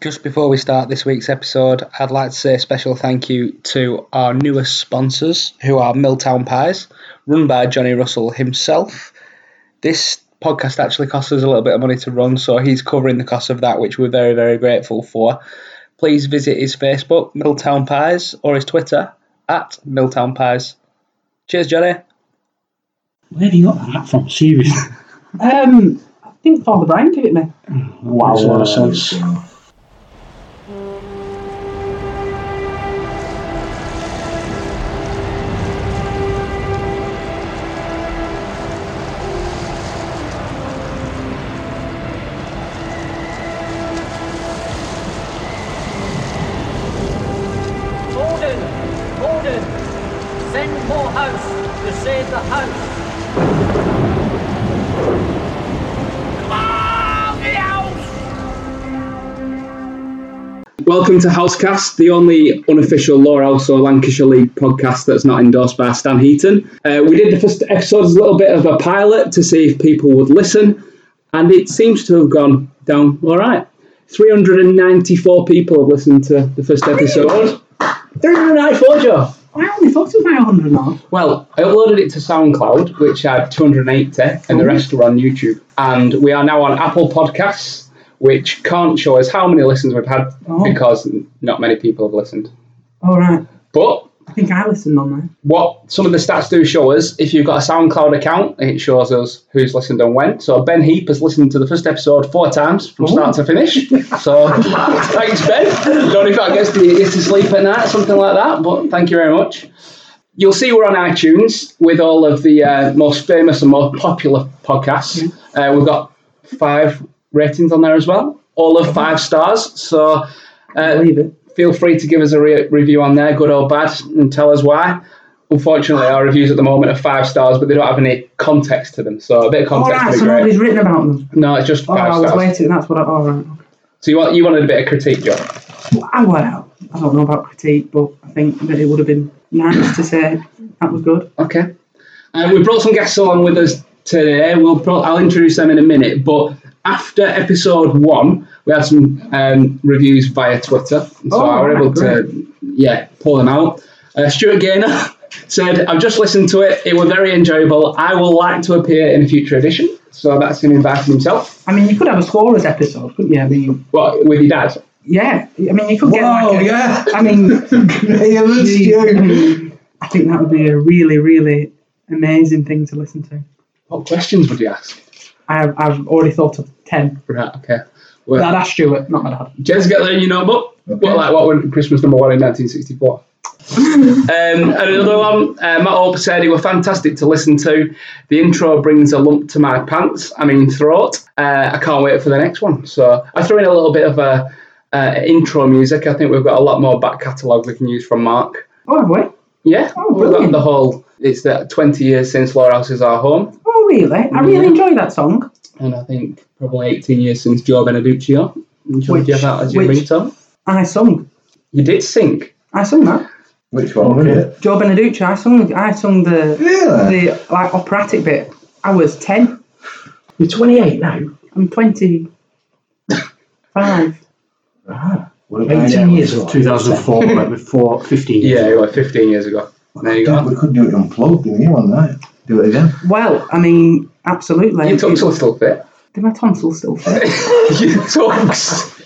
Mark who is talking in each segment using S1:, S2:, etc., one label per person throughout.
S1: Just before we start this week's episode, I'd like to say a special thank you to our newest sponsors, who are Milltown Pies, run by Johnny Russell himself. This podcast actually costs us a little bit of money to run, so he's covering the cost of that, which we're very, very grateful for. Please visit his Facebook, Milltown Pies, or his Twitter, at Milltown Pies. Cheers, Johnny.
S2: Where do you got that from? Seriously?
S3: Um, I think Father Brian gave it me.
S2: Wow.
S4: Makes a lot of sense.
S5: Gordon! Gordon! Send Morehouse to save the house!
S6: Welcome to Housecast, the only unofficial Law House or Lancashire League podcast that's not endorsed by Stan Heaton. Uh, we did the first episode as a little bit of a pilot to see if people would listen, and it seems to have gone down all right. 394 people have listened to the first episode. 394, Joe.
S3: I only thought it was like 100 now.
S6: Well, I uploaded it to SoundCloud, which had 280, and the rest are on YouTube. And we are now on Apple Podcasts, which can't show us how many listens we've had
S3: Oh.
S6: because not many people have listened.
S3: All right.
S6: But
S3: I think I listened on there.
S6: what some of the stats do show us, if you've got a SoundCloud account, it shows us who's listened and when. So Ben Heap has listened to the first episode four times from start to finish. So thanks, Ben. Don't know if that gets to, gets to sleep at night, something like that, but thank you very much. You'll see we're on iTunes with all of the uh, most famous and most popular podcasts. Uh, we've got five ratings on there as well, all of five stars. So uh,
S3: Believe it.
S6: feel free to give us a re- review on there, good or bad, and tell us why. Unfortunately, our reviews at the moment are five stars, but they don't have any context to them. So a bit of
S3: All
S6: context
S3: right,
S6: would
S3: so
S6: be great.
S3: nobody's written about them.
S6: No, it's just
S3: Oh,
S6: five
S3: I was
S6: stars.
S3: waiting. That's what I. All right.
S6: So you, want, you wanted a bit of critique, John?
S3: Well, I, well, I don't know about critique, but I think that it would have been nice to say that was good.
S6: Okay. Uh, we brought some guests along with us today. We'll pro- I'll introduce them in a minute. But after episode one, we had some um, reviews via Twitter, and so
S3: Oh,
S6: I were able
S3: great.
S6: to yeah pull them out. Uh, Stuart Gaynor said, "I've just listened to it. It was very enjoyable. I will like to appear in a future edition." So that's him inviting himself.
S3: I mean, you could have a scorers episode, couldn't you? I mean,
S6: Well, with your dad.
S3: yeah. I mean, you could get.
S4: Wow,
S3: Like a,
S4: Oh, yeah.
S3: I mean,
S4: Graham and
S3: gee, I
S4: Stu.
S3: mean, I think that would be a really, really amazing thing to listen to.
S6: What questions would you ask?
S3: I've, I've already thought of ten.
S6: Right. Okay. Well,
S3: Dad, that's Stuart, not my dad.
S6: Jez got there, you know, but what like what were Christmas number one in 1964? um, and another one, uh, Matt Orp said he were fantastic to listen to. The intro brings a lump to my pants. I mean throat. Uh, I can't wait for the next one. So I threw in a little bit of a uh, intro music. I think we've got a lot more back catalogue we can use from Mark.
S3: Oh, have we?
S6: Yeah,
S3: Oh,
S6: we've got
S3: brilliant.
S6: the whole. It's the 20 years since Laura House is our home,
S3: Oh, really? I really enjoy that song.
S6: and I think probably 18 years since Joe Beneduccio. Enjoyed
S3: Which-
S6: you have that as your
S3: which-
S6: ringtone.
S3: I sung.
S6: You did sing.
S3: I sung that.
S4: Which one was it?
S3: Joe Beneducci. I sung. I sung the
S4: Really?
S3: the like operatic bit. I was ten.
S4: You're 28 now.
S3: I'm twenty five.
S4: What about 18 years old.
S2: 2004, like before 15 years.
S6: Yeah, like 15 years ago. There you go.
S4: We could do it unplugged, didn't you, on that? Do it again.
S3: Well, I mean, absolutely.
S6: You took a little bit.
S3: Did my tonsils still fit?
S6: you took.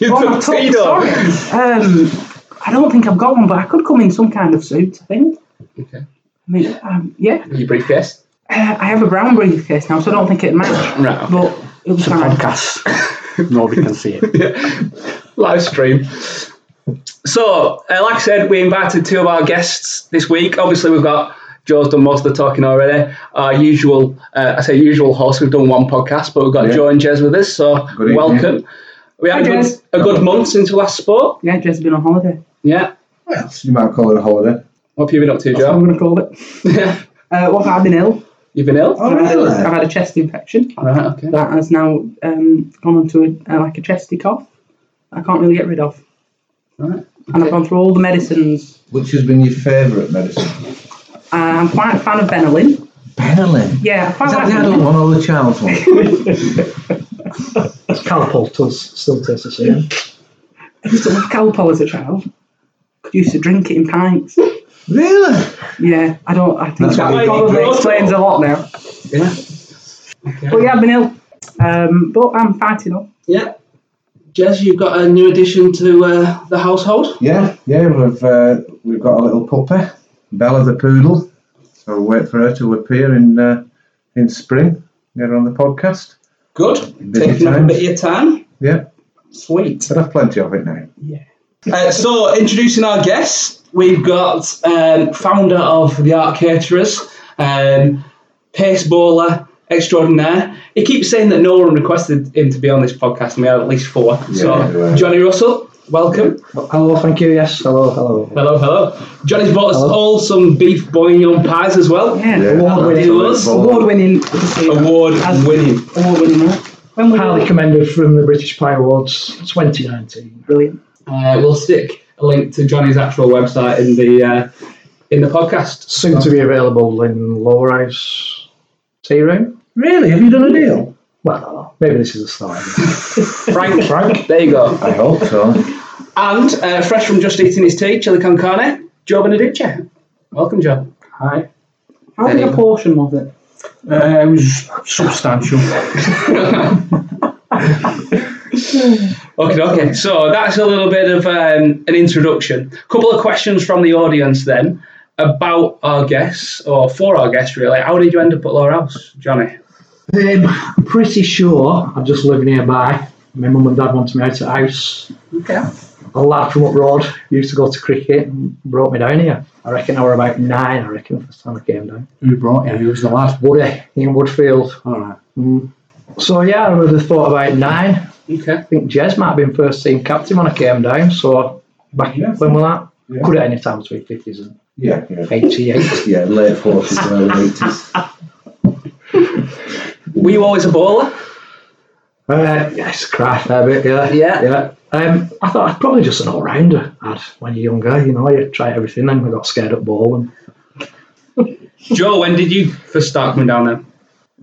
S6: You
S3: Oh, my
S6: took
S3: tonsils,
S6: Tito.
S3: sorry. Um, I don't think I've got one, but I could come in some kind of suit. I think.
S6: Okay.
S3: I mean, um, yeah.
S6: You briefcase.
S3: Uh, I have a brown briefcase now, so I don't think it'd match.
S6: Right. okay.
S3: But it'll be
S2: It's a
S3: fine.
S2: podcast. Nobody can see it.
S6: Live stream. So, uh, like I said, we invited two of our guests this week. Obviously, we've got Joe's done most of the talking already. Our usual, uh, I say usual host, we've done one podcast, but we've got
S4: Yeah.
S6: Joe and Jez with us, so
S4: Good evening.
S6: welcome. We had
S3: Hi,
S6: a good,
S3: Jez.
S6: a good month since we last spoke.
S3: Yeah, Jess has been on holiday.
S6: Yeah.
S4: Well, so you might call it a holiday.
S6: What have you been up to,
S3: I'm
S6: Joe?
S3: going to call it. Uh, well, I've been ill.
S6: You've been ill?
S4: Oh,
S3: I've, had a,
S4: really?
S3: I've had a chest infection
S6: All right, okay.
S3: that has now um, gone on to a, uh, like a chesty cough. I can't really get rid of,
S6: All right.
S3: and I've gone through all the medicines.
S4: Which has been your favourite medicine?
S3: Uh, I'm quite a fan of Benelin.
S4: Benelin.
S3: Yeah, I quite
S4: Is that the
S3: like
S4: adult
S3: Benelin.
S4: one or the child's one?
S7: Catapult does still taste the same.
S3: I used to like alcohol as a child. Could used to drink it in pints.
S4: Really?
S3: Yeah, I don't. I think
S4: That's why
S3: that
S4: you got
S3: probably
S6: broke.
S3: explains a lot now.
S6: Yeah.
S3: But yeah, I've been ill. Um, but I'm fighting up.
S6: Yeah. Jez, you've got a new addition to uh, the household.
S4: Yeah, yeah. We've uh, we've got a little puppy, Bella the poodle. So we'll wait for her to appear in uh, in spring. Get her on the podcast.
S6: Good.
S4: Busy
S6: Taking up a
S4: times.
S6: bit of your time.
S4: Yeah,
S6: Sweet.
S4: but I've plenty of it now.
S6: Uh, so, introducing our guests, we've got um, founder of the Art Caterers, um, pace bowler extraordinaire. He keeps saying that no one requested him to be on this podcast, and we had at least four. so,
S4: right.
S6: Johnny Russell, welcome.
S7: Hello, thank you. Yes, hello, hello.
S6: Hello, hello. Johnny's bought us all some beef bourguignon pies as well.
S3: Yeah,
S6: Award-winning.
S3: award-winning. we can say that.
S6: Award winning.
S3: Award-winning. work. When we
S7: Highly commended from the British Pie Awards 2019.
S3: brilliant.
S6: Uh, we'll stick a link to Johnny's actual website in the uh, in the podcast.
S7: Soon to be available in low rise tea room.
S4: Really? Have you done a deal?
S7: Well, I don't know. maybe this is a start.
S6: Frank, Frank, there you go.
S4: I hope so.
S6: And uh, fresh from just eating his tea, chili con carne, Joe Benedice. Welcome, Joe.
S7: Hi.
S3: How big a portion was it?
S8: Uh, it was substantial.
S6: Okay, okay. So that's a little bit of um, an introduction. A couple of questions from the audience then about our guests or for our guests really. How did you end up at Laura House, Johnny?
S7: Um, I'm pretty sure I'm just living nearby. My mum and dad wanted me out of the house.
S6: Okay.
S7: A lad from up road used to go to cricket and brought me down here. I reckon I were about nine, I reckon, the first time I came down.
S8: Who brought you? Who was the lad?
S7: Woody in Woodfield.
S8: All right.
S7: So yeah, I would have thought about nine.
S6: Okay.
S7: I think Jez might have been first team captain when I came down. So back
S4: Yes.
S7: when was that?
S4: Yeah.
S7: Could at any time between fifties and
S4: Yeah, yeah.
S7: eighty-eight.
S4: Yeah, late 40s, early 80s.
S6: Were you always a bowler?
S7: uh, yes, cry a bit. Yeah,
S6: Yeah.
S7: yeah. Um, I thought I'd probably just an all-rounder. I'd, when you're younger, you know, you try everything. Then I got scared at ball, and
S6: Joe, when did you first start coming down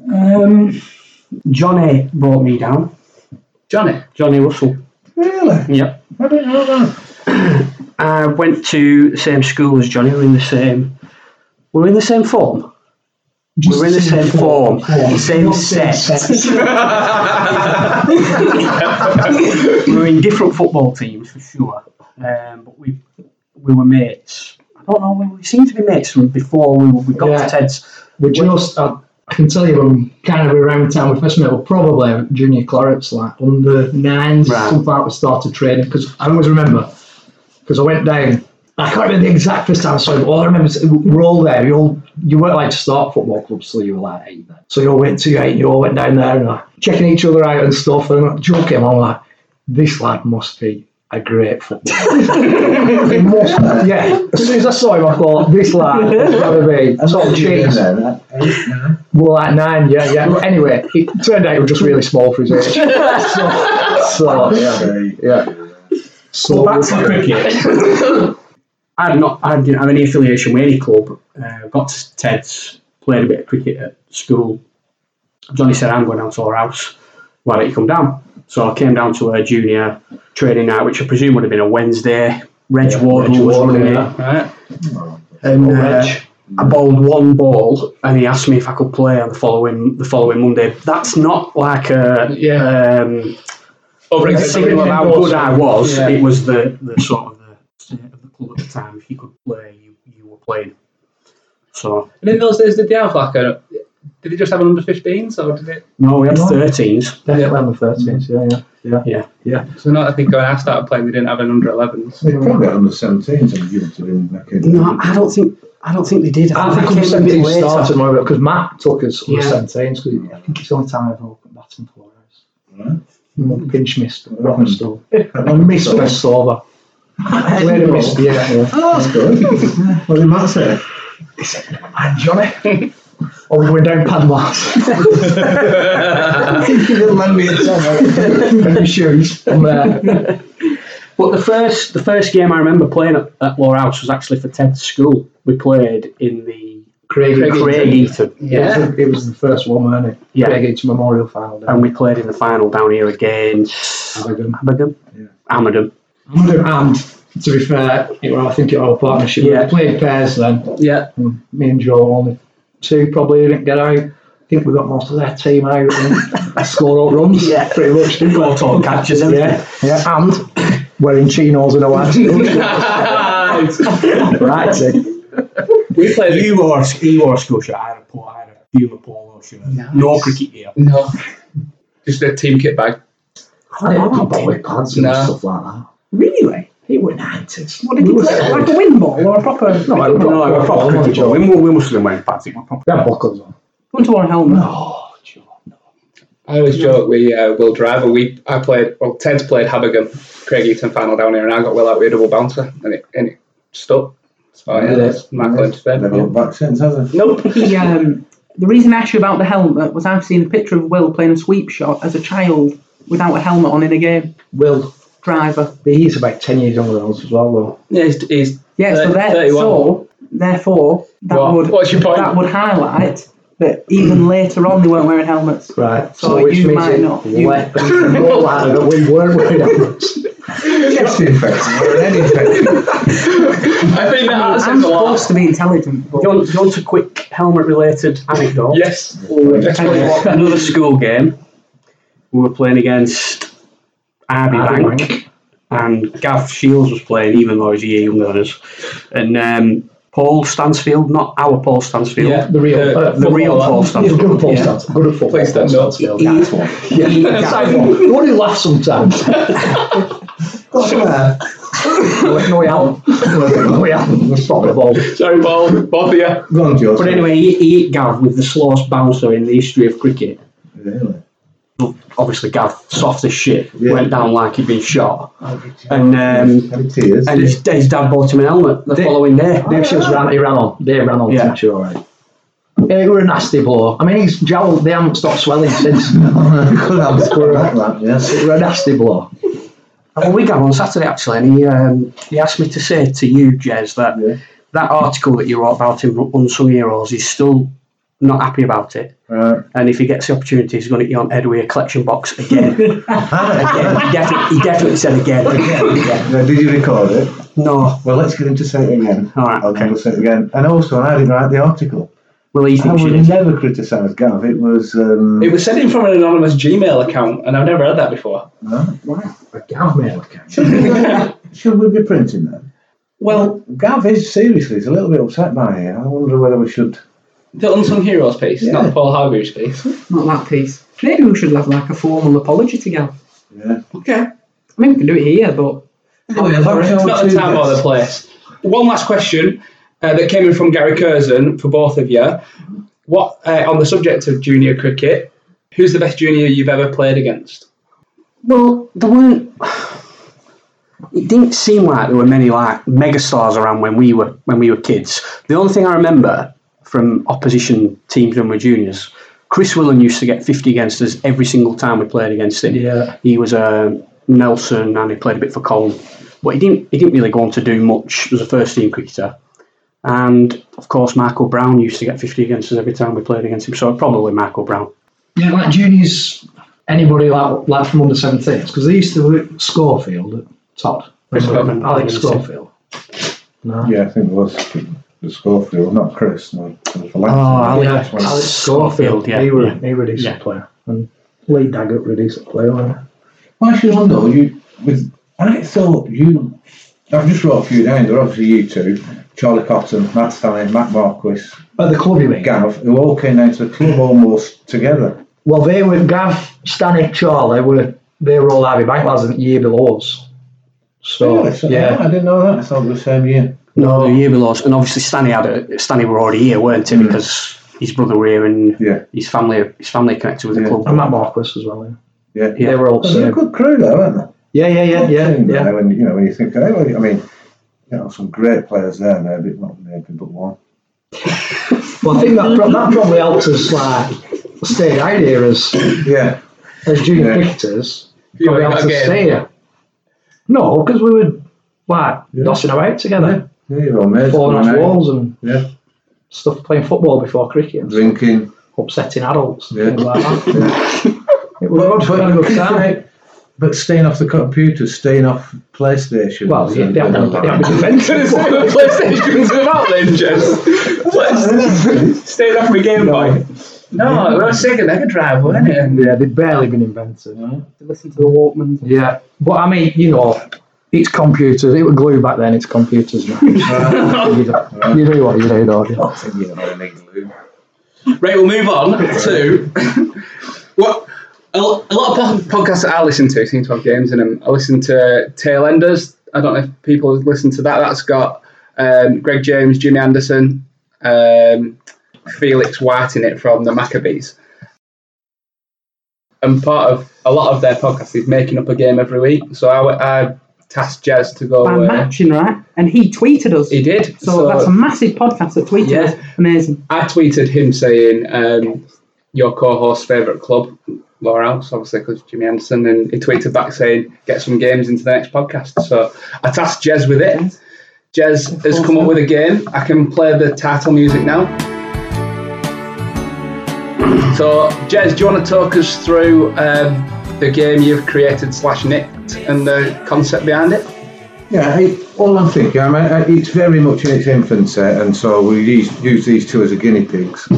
S6: then?
S8: Um, Johnny brought me down.
S6: Johnny.
S8: Johnny Russell.
S4: Really?
S8: Yep.
S4: I didn't know that.
S8: I went to the same school as Johnny. We're in the same. We're in the same form. we're in the same, form. Same set. we were in different football teams for sure, um, but we we were mates. I don't know. We, we seemed to be mates from before we, we got
S7: Yeah.
S8: to Ted's.
S7: we just. I, I can tell you, I'm kind of around the time we first met. Well, probably junior clerics, like under nines,
S8: Right.
S7: something like we started training. Because I always remember, because I went down. I can't remember the exact first time I saw him. but All I remember is we were all there. You all you weren't allowed to start football clubs till you were like eight. Then. So you all went to eight. You all went down there and like, checking each other out and stuff. And Joe came on like, this lad must be a great footballer. He must be. yeah. As soon as I saw him, I thought this lad is going to be sort of
S4: Been
S7: cheese.
S4: there, that eight, nine.
S7: We were like nine, yeah, yeah. But anyway, it turned out he was just really small for his age. So, so yeah. yeah. So
S8: I had not. I didn't have any affiliation with any club. Uh, got to Ted's, played a bit of cricket at school. Johnny said, "I'm going down to our house. Why don't you come down?" So I came down to a junior training night, which I presume would have been a Wednesday. Reg Wardle
S7: Reg
S8: was
S7: Wardle,
S8: running
S7: yeah.
S8: it,
S6: Right.
S8: and uh,
S7: Reg.
S8: I bowled one ball, and he asked me if I could play on the following the following Monday. That's not like a
S7: Yeah.
S8: um,
S6: Over
S8: a signal of how good I was.
S6: Yeah.
S8: It was the, the sort of the state of the club at the time. If you could play, you, you were playing. So
S6: And in those days, did they have like a? Did they just have an under 15s or did it?
S8: no, we had
S7: No.
S8: thirteens.
S7: Definitely on the 13th, yeah, yeah.
S6: So not I think when I started playing, they didn't have an under 11s.
S4: They probably had under 17s and given to him back in.
S8: I don't think I don't think they did.
S7: I think under 17 started more because Matt took us under
S8: Yeah.
S7: 17s because I think it's the only time I've ever batting for us.
S4: Right.
S7: Mm, Pinch missed, rotten
S4: Rotten.
S7: stove. I missed first over. Where I missed, yeah, yeah.
S4: Oh, that's good. what did Matt say?
S7: And Johnny. Or we went down Padmar's.
S4: He didn't lend me a tenner.
S7: and your shoes. And, uh,
S8: But the first the first game I remember playing at, at Law House was actually for Ted's school. We played in the
S7: Craig,
S6: Craig
S7: Craig,
S8: Craig Eaton,
S7: It,
S6: Yeah.
S7: was, it was the first one, wasn't it?
S8: Yeah.
S7: Craig Eaton Memorial Final. Day.
S8: and we played in the final down here against
S7: Aberdeen.
S8: Aberdeen,
S4: Yeah.
S8: Amadon.
S7: And to be fair, it were, I think it was a partnership.
S2: Yeah.
S7: We played pairs then.
S6: Yeah.
S7: and Me and Joe were only two probably didn't get out. I think we got most of their team out and scored out runs. Yeah. Pretty much. didn't we?
S2: Total catches everything.
S7: Yeah. Yeah. And wearing chinos and all that.
S6: Ah!
S7: right. see.
S6: we played.
S2: You wore, you wore a school shirt. I had a, po- I had a Puma polo shirt. No cricket gear.
S6: No. Just a team kit bag.
S7: I didn't put up with pads and
S6: No.
S7: stuff like that.
S3: Really?
S7: It were nineties.
S3: What did you play? Like a wind ball or a proper?
S7: No, I don't know.
S2: No,
S7: I
S2: we're proper cricket gear. We, mu- we must have been wearing fancy. We're proper.
S7: That buckles on.
S3: One to one helmet.
S7: Oh, Joe.
S6: I always joke we uh, Will Driver. We I played well. Ted's played Habergan, Craig Eaton final down here, and I got Will out with a double bouncer, and it and it stuck. So Oh, yeah,
S7: Yeah.
S6: that's my claim to fame.
S4: Never looked back since, has he?
S6: Nope.
S3: He, um, the reason I asked you about the helmet was I've seen a picture of Will playing a sweep shot as a child without a helmet on in a game.
S7: Will.
S3: Driver.
S7: He's about ten years younger than us as well though.
S6: Yeah, he's, he's
S3: Yeah, so,
S6: thir-
S3: there,
S6: 31.
S3: so therefore, that
S6: What?
S3: would
S6: What's your point?
S3: that would highlight that even later on they weren't wearing helmets.
S7: Right.
S3: So you might
S7: it
S3: not- you-
S7: le- more likely that we were wearing helmets.
S4: Chest infection or an head infection.
S6: I think that
S3: I'm
S6: answers a
S3: supposed
S6: lot.
S3: to be intelligent, but
S8: Do you, want, do you want a quick helmet related anecdote?
S6: Yes.
S8: Tell you what, another school game. We were playing against Arby
S7: Arby
S8: Bank, and Gav Shields was playing, even though he's a year younger than us. And um, Paul Stansfield, not our Paul Stansfield.
S6: Yeah.
S7: The real,
S6: The-
S7: uh,
S8: the real
S7: footballer.
S8: Paul Stansfield.
S7: Yeah, Good Paul
S8: Yeah.
S7: Stansfield. Good at football.
S6: Please
S7: Paul
S6: don't know.
S7: Stansfield. Yeah, that's one. Yeah, that's one. The one who laughs sometimes. That's where. No, we haven't. No, we haven't. We've spotted the ball.
S6: Sorry, Paul. Both of you.
S4: Go on, Joseph.
S8: But anyway, he, he hit Gav with the slowest bouncer in the history of cricket.
S4: Really?
S8: Obviously, Gav, soft as shit,
S4: Yeah.
S8: went down like he'd been shot.
S4: And
S8: And um,
S4: tears.
S8: and his, his dad bought him an helmet the following day.
S7: Dave Shields ran, he ran on. They ran on.
S8: Yeah.
S7: Yeah. Sure, all right. Yeah, it were a nasty blow. I mean, his jowl, they haven't stopped swelling since. it
S4: Could have scored that, lad, yes.
S7: were a nasty blow.
S8: Well, we got on Saturday actually, and he um, he asked me to say to you, Jez, that
S4: Yeah.
S8: that article that you wrote about him, unsung heroes, he's still not happy about it.
S4: Right.
S8: And if he gets the opportunity, he's going to eat on Ed with a collection box again. again. He, definitely, he definitely said again. again.
S4: Now, did you record it?
S8: No,
S4: Well, let's get him to say it again.
S8: All right,
S4: And then
S8: okay.
S4: we'll say it again. And also, I didn't write the article.
S8: well, he
S4: I
S8: thinks
S4: would
S8: it is.
S4: never criticise Gav. It was. Um,
S6: It was sent in from an anonymous Gmail account, and I've never had that before.
S7: A gav mail account.
S4: Should we be printing that?
S6: Well,
S4: Gav is seriously, he's a little bit upset by it. I wonder whether we should.
S6: the unsung heroes piece, not the Paul Hargreaves piece.
S3: not that piece. Maybe we should have like a formal apology to Gav.
S4: Yeah.
S6: Okay.
S3: I mean, we can do it here, but
S6: It's not the time or the place. One last question uh, that came in from Gary Curzon for both of you. What uh, on the subject of junior cricket? Who's the best junior you've ever played against?
S8: Well, there weren't. It didn't seem like there were many like megastars around when we were when we were kids. The only thing I remember from opposition teams when we were juniors, Chris Willen used to get fifty against us every single time we played against him.
S7: Yeah.
S8: he was a Nelson and he played a bit for Cone, but he didn't he didn't really go on to do much as a first team cricketer. And of course, Michael Brown used to get fifty against us every time we played against him. So probably Michael Brown.
S7: Yeah, like juniors, anybody like like from under 17s, because they used to work at Schofield at Todd.
S6: Chris Coleman.
S7: Alex Schofield. No.
S4: Yeah, I think it was the Schofield, not Chris. No, it was
S7: Oh,
S4: Lancashire.
S7: Alex,
S4: That's one.
S7: Alex
S8: Schofield,
S7: Schofield,
S8: yeah,
S7: He were,
S8: yeah.
S7: he were a decent
S8: Yeah.
S7: player. And Lee Daggett were a decent player, weren't
S4: Why should I know you? With I thought you. I've just wrote a few names. They're obviously you two, Charlie Cotton, Matt Stanley, Matt Marquis,
S7: they? At the club, you mean?
S4: Gav, who all came down to the club almost together.
S7: Well, they were, Gav, Stanley, Charlie, were, they were all Ivy Bank lads in the year below us. So,
S4: Really? So- oh,
S7: Oh, yeah.
S4: I didn't know that. I thought it was the same year.
S8: No, the year below us, and obviously Stanley had a, Stanley were already here, weren't they? Because his brother were here and
S4: Yeah.
S8: his family his family connected with the
S4: Yeah.
S7: And
S8: club.
S7: Matt Marquis as well, yeah.
S4: Yeah.
S8: Yeah.
S7: They were all the
S4: Well, They're a
S7: same.
S4: good crew, though, aren't they?
S7: Yeah, yeah, yeah, yeah,
S4: team
S7: yeah.
S4: there when you know when you think, oh, well, I mean, you know, some great players there, maybe not maybe but one.
S7: Well, I think that, pro- that probably helped us like stay out here as
S4: Yeah,
S7: as junior
S4: Yeah.
S7: cricketers.
S6: You
S7: probably
S6: were
S7: helped us
S6: again.
S7: stay here. No, because we were like dossing about together,
S4: yeah, you're all mates.
S7: falling
S4: weren't
S7: off
S4: you?
S7: walls and
S4: Yeah,
S7: stuff, playing football before cricket, and
S4: drinking.
S7: upsetting adults and
S4: Yeah.
S7: things like that.
S4: Yeah.
S7: It was good. We had a good time.
S4: Cricket But staying off the computers, staying off PlayStation.
S7: Well, they
S4: and
S7: they
S4: all
S7: haven't they
S4: that.
S7: haven't invented
S6: Is that what PlayStation's about then, Jess? Let's- Stayed off my Game Boy. No, it was Sega Mega Drive, wasn't it?
S7: Yeah, they've barely been invented.
S3: They listen to the Walkmans.
S7: Yeah, but I mean, you know, it's computers. It was glue back then. It's computers now. you, do, you do what you do, don't you?
S4: You know, an igloo.
S6: Right, we'll move on to what a, lo- a lot of po- podcasts that I listen to seem to have games in them. I listen to Tailenders. I don't know if people listen to that. That's got um, Greg James, Jimmy Anderson, um, Felix White in it from the Maccabees. And part of a lot of their podcast is making up a game every week. So I, I tasked Jez to go.
S3: By
S6: uh,
S3: matching, right? And he tweeted us.
S6: he did.
S3: so, that's a massive podcast that tweeted
S6: uh, Yeah.
S3: us. Amazing.
S6: I tweeted him saying um, your co-host's favourite club, Laura House, obviously because Jimmy Anderson, and he tweeted back saying get some games into the next podcast. So I tasked Jez with it. Jez has come up with a game. I can play the title music now. So Jez, do you want to talk us through um, the game you've created slash nicked and the concept behind it?
S4: Yeah, I, all I'm thinking, I mean, I- it's very much in its infancy, and so we use, use these two as a guinea pigs.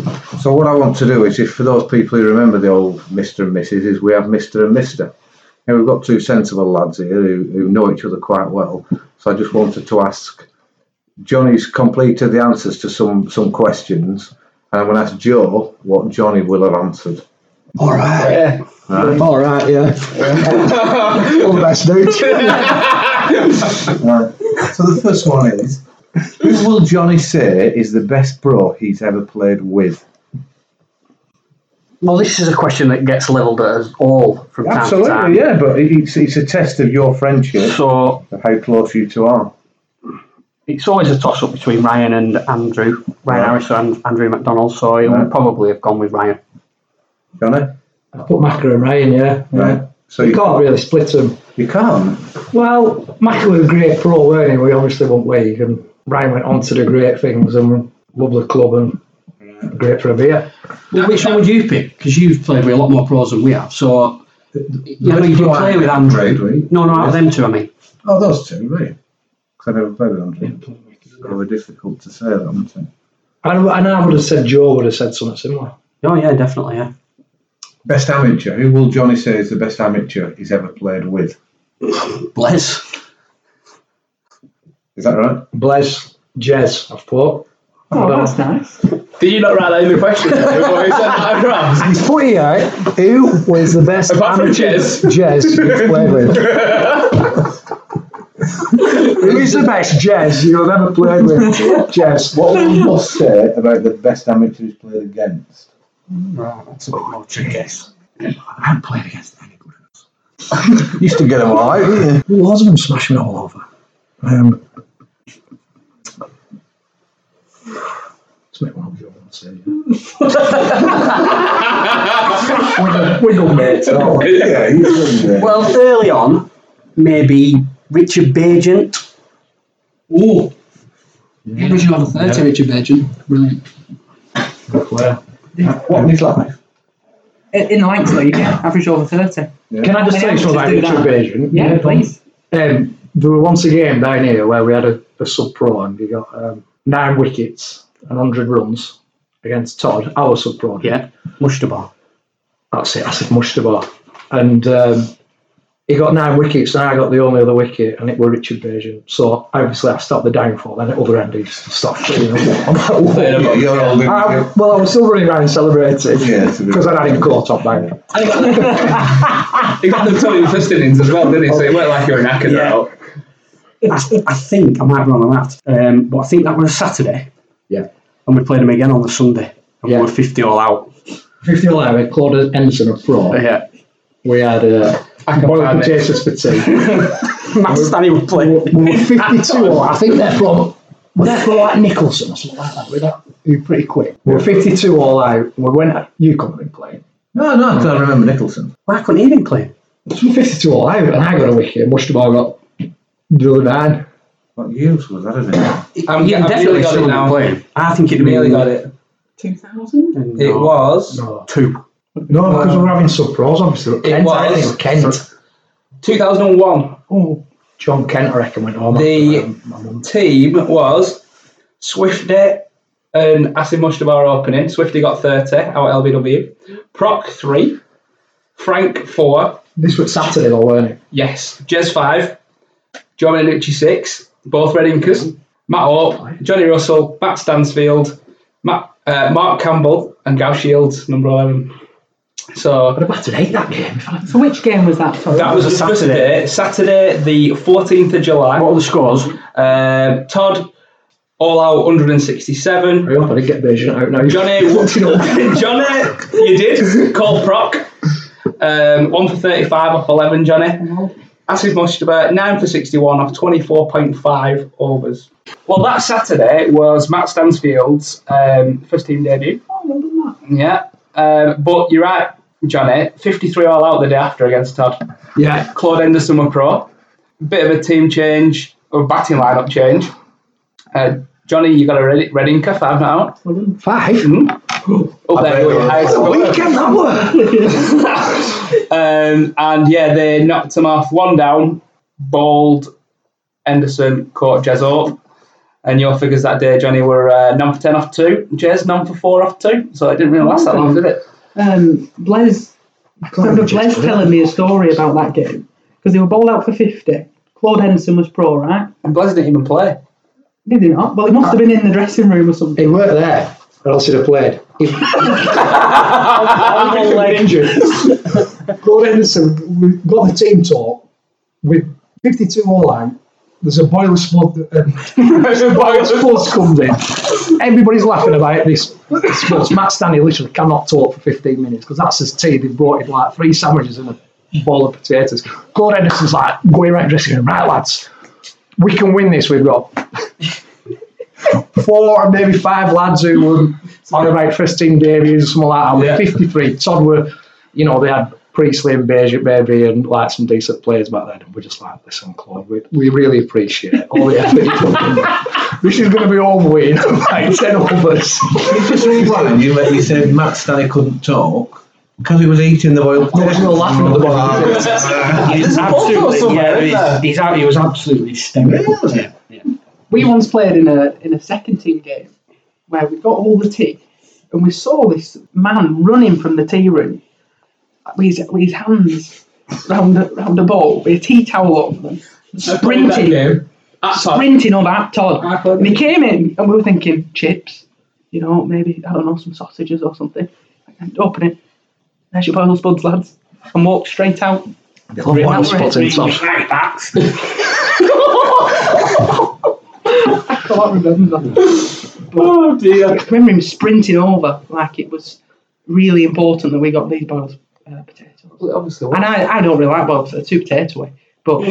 S4: So what I want to do is, if for those people who remember the old Mr and Mrs, is we have Mr and Mister. Now we've got two sensible lads here who, who know each other quite well. So I just wanted to ask. Johnny's completed the answers to some some questions, and I'm going to ask Joe what Johnny will have answered.
S7: All right.
S6: Yeah.
S7: All right. Yeah. All the best, dude.
S4: Right. So the first one is Who will Johnny say is the best pro he's ever played with?
S8: Well, this is a question that gets levelled at us all from time to time.
S4: Absolutely, yeah, but it's, it's a test of your friendship,
S8: So
S4: of how close you two are.
S8: it's always a toss up between Ryan and Andrew, Ryan
S4: Right.
S8: Harris and Andrew McDonald. So he
S4: Right.
S8: would probably have gone with Ryan.
S4: Johnny?
S7: I put Macker and Ryan. Yeah. yeah.
S4: Right. So
S7: You
S4: you,
S7: can't really split them.
S4: you can't.
S7: Well, Macker was a great pro, weren't he? We obviously won league, and Ryan went on to do great things and lovely club and great for a beer.
S9: Well, which one would you pick? Because you've played with a lot more pros than we have. So,
S8: Yeah, but you did play with Andrew.
S4: Andrew.
S8: No, no, out of them two, I mean.
S4: Oh, those two, really? Because I never played with Andrew. It's probably difficult to say that, isn't it?
S7: And, and I would have said Joe would have said something similar.
S8: Oh, yeah, definitely, yeah.
S4: Best amateur. Who will Johnny say is the best amateur he's ever played with?
S9: bless.
S4: Is that right?
S7: Bless Jez, I've put.
S3: Oh, that's nice.
S6: Did you not write that in the question? before you said that across?
S7: And he's put here, who was the best
S6: Apart from
S7: amateur
S6: Jez.
S7: Jez you've played with? Who's the best Jez you've ever played with? Jez.
S4: What we must say about the best amateur he's played against?
S7: I haven't played against any good ones.
S4: Used to get them all out, didn't you?
S7: Lots of them smashing all over. Um, let's make one up, Joe, and say, yeah. We're done, mate. Oh,
S4: Yeah, he was in there.
S8: Well, early on, maybe Richard Bajent.
S9: Oh, yeah. Richard on the 30, Richard Bedgen. Brilliant.
S7: well.
S4: What in his life?
S3: In in the Lancs League, yeah, average over 30.
S7: Can I just
S3: Yeah,
S7: tell you
S3: just
S7: something about
S3: do
S7: Richard
S3: that.
S7: Bajan?
S3: Yeah, please.
S7: Um, there were once a game down here where we had a, a sub pro and he got um, nine wickets and 100 runs against Todd, our sub pro.
S8: Yeah. Mushtabar.
S7: That's it, I said Mushtabar. And um, he got nine wickets and I got the only other wicket and it were Richard Bajan. So obviously I stopped the downfall and at other end he stopped. You know, on that one.
S4: Yeah, you're all in-
S7: I, well, I was still running around celebrating
S4: Yeah, it's a bit-
S7: because I'd had him caught up back.
S6: He got them till in first innings as well, didn't he? So it weren't like you were knackered
S8: Yeah.
S6: out.
S8: I, I think, I might be wrong on that, um, but I think that was a Saturday.
S7: Yeah.
S8: And we played him again on the Sunday. And
S7: Yeah.
S8: we were 50 all out.
S7: 50 11, Claude Ensign, a pro.
S8: yeah.
S7: We had uh,
S6: I can
S7: boiled
S6: find it.
S7: potatoes for tea.
S8: Matt Stanley would play.
S7: We were 52 all. I think they're from, were they from like Nicholson or something like that? We're that we were pretty quick. We were 52 all out. We went, you couldn't have been playing.
S4: No, no, I don't remember Nicholson.
S8: Why couldn't he have been playing?
S7: We were 52 all out, and I got a wicket. Must have all got the other nine.
S4: What use was that? Isn't it?
S6: I'm,
S8: You
S6: I'm Um, nearly
S8: definitely
S6: got it
S8: shouldn't have
S6: now.
S8: been playing. I think it'd
S6: I
S8: be
S6: nearly got it.
S3: 2000?
S6: It was.
S7: No,
S8: two.
S7: no, because we were having sub pros, obviously. Kent,
S6: was.
S7: I think it was Kent.
S6: 2001.
S7: Oh, John Kent, I reckon, went home.
S6: The-
S7: after my- my mum.
S6: Team was Swifty and Asim Mushtabar opening. Swifty got 30 out of LBW. Proc 3. Frank 4.
S7: This was Saturday, though, weren't it?
S6: Yes. Jez 5. John Beneducci 6. Both Red Incas. Matt Hope, Johnny Russell, Matt Stansfield, Matt, uh, Mark Campbell, and Gow Shields, number 11. So
S7: I'd have battered eight that game. if I'd-
S3: So which game was that? Sorry.
S6: That was a Saturday. Saturday, the 14th of July. What were the scores? Um, Todd, all out 167.
S7: I hope I did get Beijing out now.
S6: Johnny, Johnny, you did. Cole Proc, um, 1 for 35 off 11, Johnny. Asif Mushtaba, 9 for 61 off 24.5 overs. Well, that Saturday was Matt Stansfield's um, first team debut.
S3: Oh, well done that.
S6: Yeah. Um, but you're right, Johnny. 53 all out the day after against Todd.
S7: Yeah,
S6: Claude Henderson were pro. Bit of a team change, or batting lineup change. Uh, Johnny, you got a red, red Inca, five now.
S7: five.
S6: Up there, with your highest score.
S7: Weekend that were.
S6: Um, and yeah, they knocked him off one down. Bald, Henderson caught Jez up. And your figures that day, Johnny, were uh, 9 for 10 off 2, Jez 9 for 4 off 2. So it didn't really last that long, did it?
S3: Um, Blaise, I remember
S7: Just
S3: Blaise
S7: put it.
S3: telling me a story about that game because they were bowled out for 50. Claude Henderson was pro, right?
S6: And Blaise didn't even play.
S3: Did he not? Well, he must have been in the dressing room or something.
S7: He weren't there, or else he'd have played. He-
S6: All leg.
S7: injured. Claude Henderson we got the team talk with 52 all out. There's a boiler smoke um, sports comes in. Everybody's laughing about this sports. Matt Stanley literally cannot talk for 15 minutes because that's his tea. They brought him like three sandwiches and a bowl of potatoes. Claude Henderson's like, going right dressing room, right lads, we can win this. We've got four or maybe five lads who were on about first team debuts and something like that.
S6: Yeah.
S7: Yeah. 53. Todd were, you know, they had Priestley and Beige maybe and like some decent players back then. And we're just like, listen, Claude, we, we really appreciate all the effort you put in. This is going to be over with in about 10 overs.
S4: It's just rewind. You let you said Matt Stanley couldn't talk because he was eating the boiled
S7: No, we were laughing at the boiled
S4: Oh,
S6: There's a photo somewhere, isn't there?
S2: he's out. He was absolutely stunning.
S4: Really?
S3: we once played in a in a second team game where we got all the tea and we saw this man running from the tea room with his, with his hands round the, round the ball with a tea towel over them, sprinting, sprinting over at Todd. And he came in and we were thinking chips, you know, maybe I don't know some sausages or something. And open it, there's your boiled spuds, lads, and walked straight out.
S7: They love boiled spots in Todd.
S3: I can't remember.
S6: Oh dear.
S3: I remember him sprinting over like it was really important that we got these boiled uh, potatoes.
S6: Obviously,
S3: And I, I don't really like boiled potatoes, two potato away. But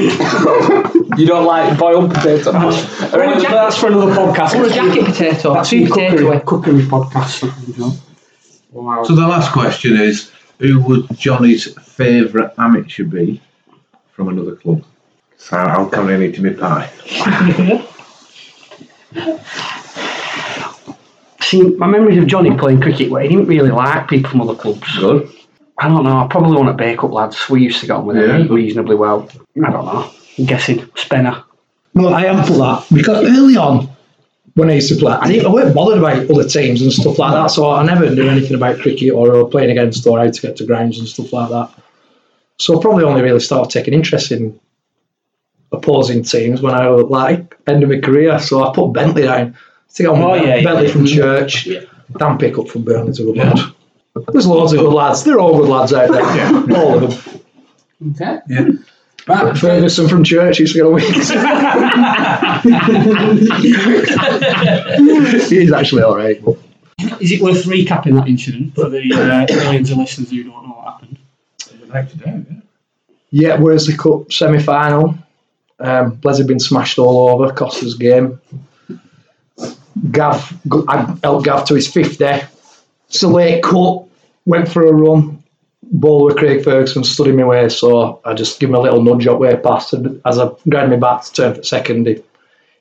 S6: you don't like boiled potato. Or any-
S3: that's
S6: for another podcast.
S3: or a jacket potato, two potato away.
S2: Cookery podcast.
S4: So the last question is, who would Johnny's favourite amateur be from another club? So I'll come in eating my pie.
S8: See, my memories of Johnny playing cricket were he didn't really like people from other clubs.
S4: Good.
S8: I don't know. I probably want to bake up lads. We used to get on with
S4: Yeah.
S8: them reasonably well. I don't know. I'm guessing Spenner.
S7: Well, I am for that because early on when I used to play, I, didn't, I weren't bothered about other teams and stuff like that. So I never knew anything about cricket or playing against or how to get to grounds and stuff like that. So I probably only really started taking interest in opposing teams when I was like end of my career. So I put Bentley down. I think I
S8: Oh,
S7: went
S8: yeah, yeah.
S7: Bentley from Church, Dan Pickup from Burnley to a good lad. There's loads of good lads. They're all good lads out there. All of them.
S6: Okay.
S7: Ferguson from Church used to get a week. He's actually all right. but-
S9: Is it worth recapping that incident for the uh, millions of listeners who don't know what happened?
S7: Yeah, Worsley Cup semi final. Um, Blaise had been smashed all over, cost us game. Gav, g- I helped Gav to his 50. It's a late cut, went for a run. Ball with Craig Ferguson stood in my way, so I just give him a little nudge up way past. And as I grabbed my back to turn for second, he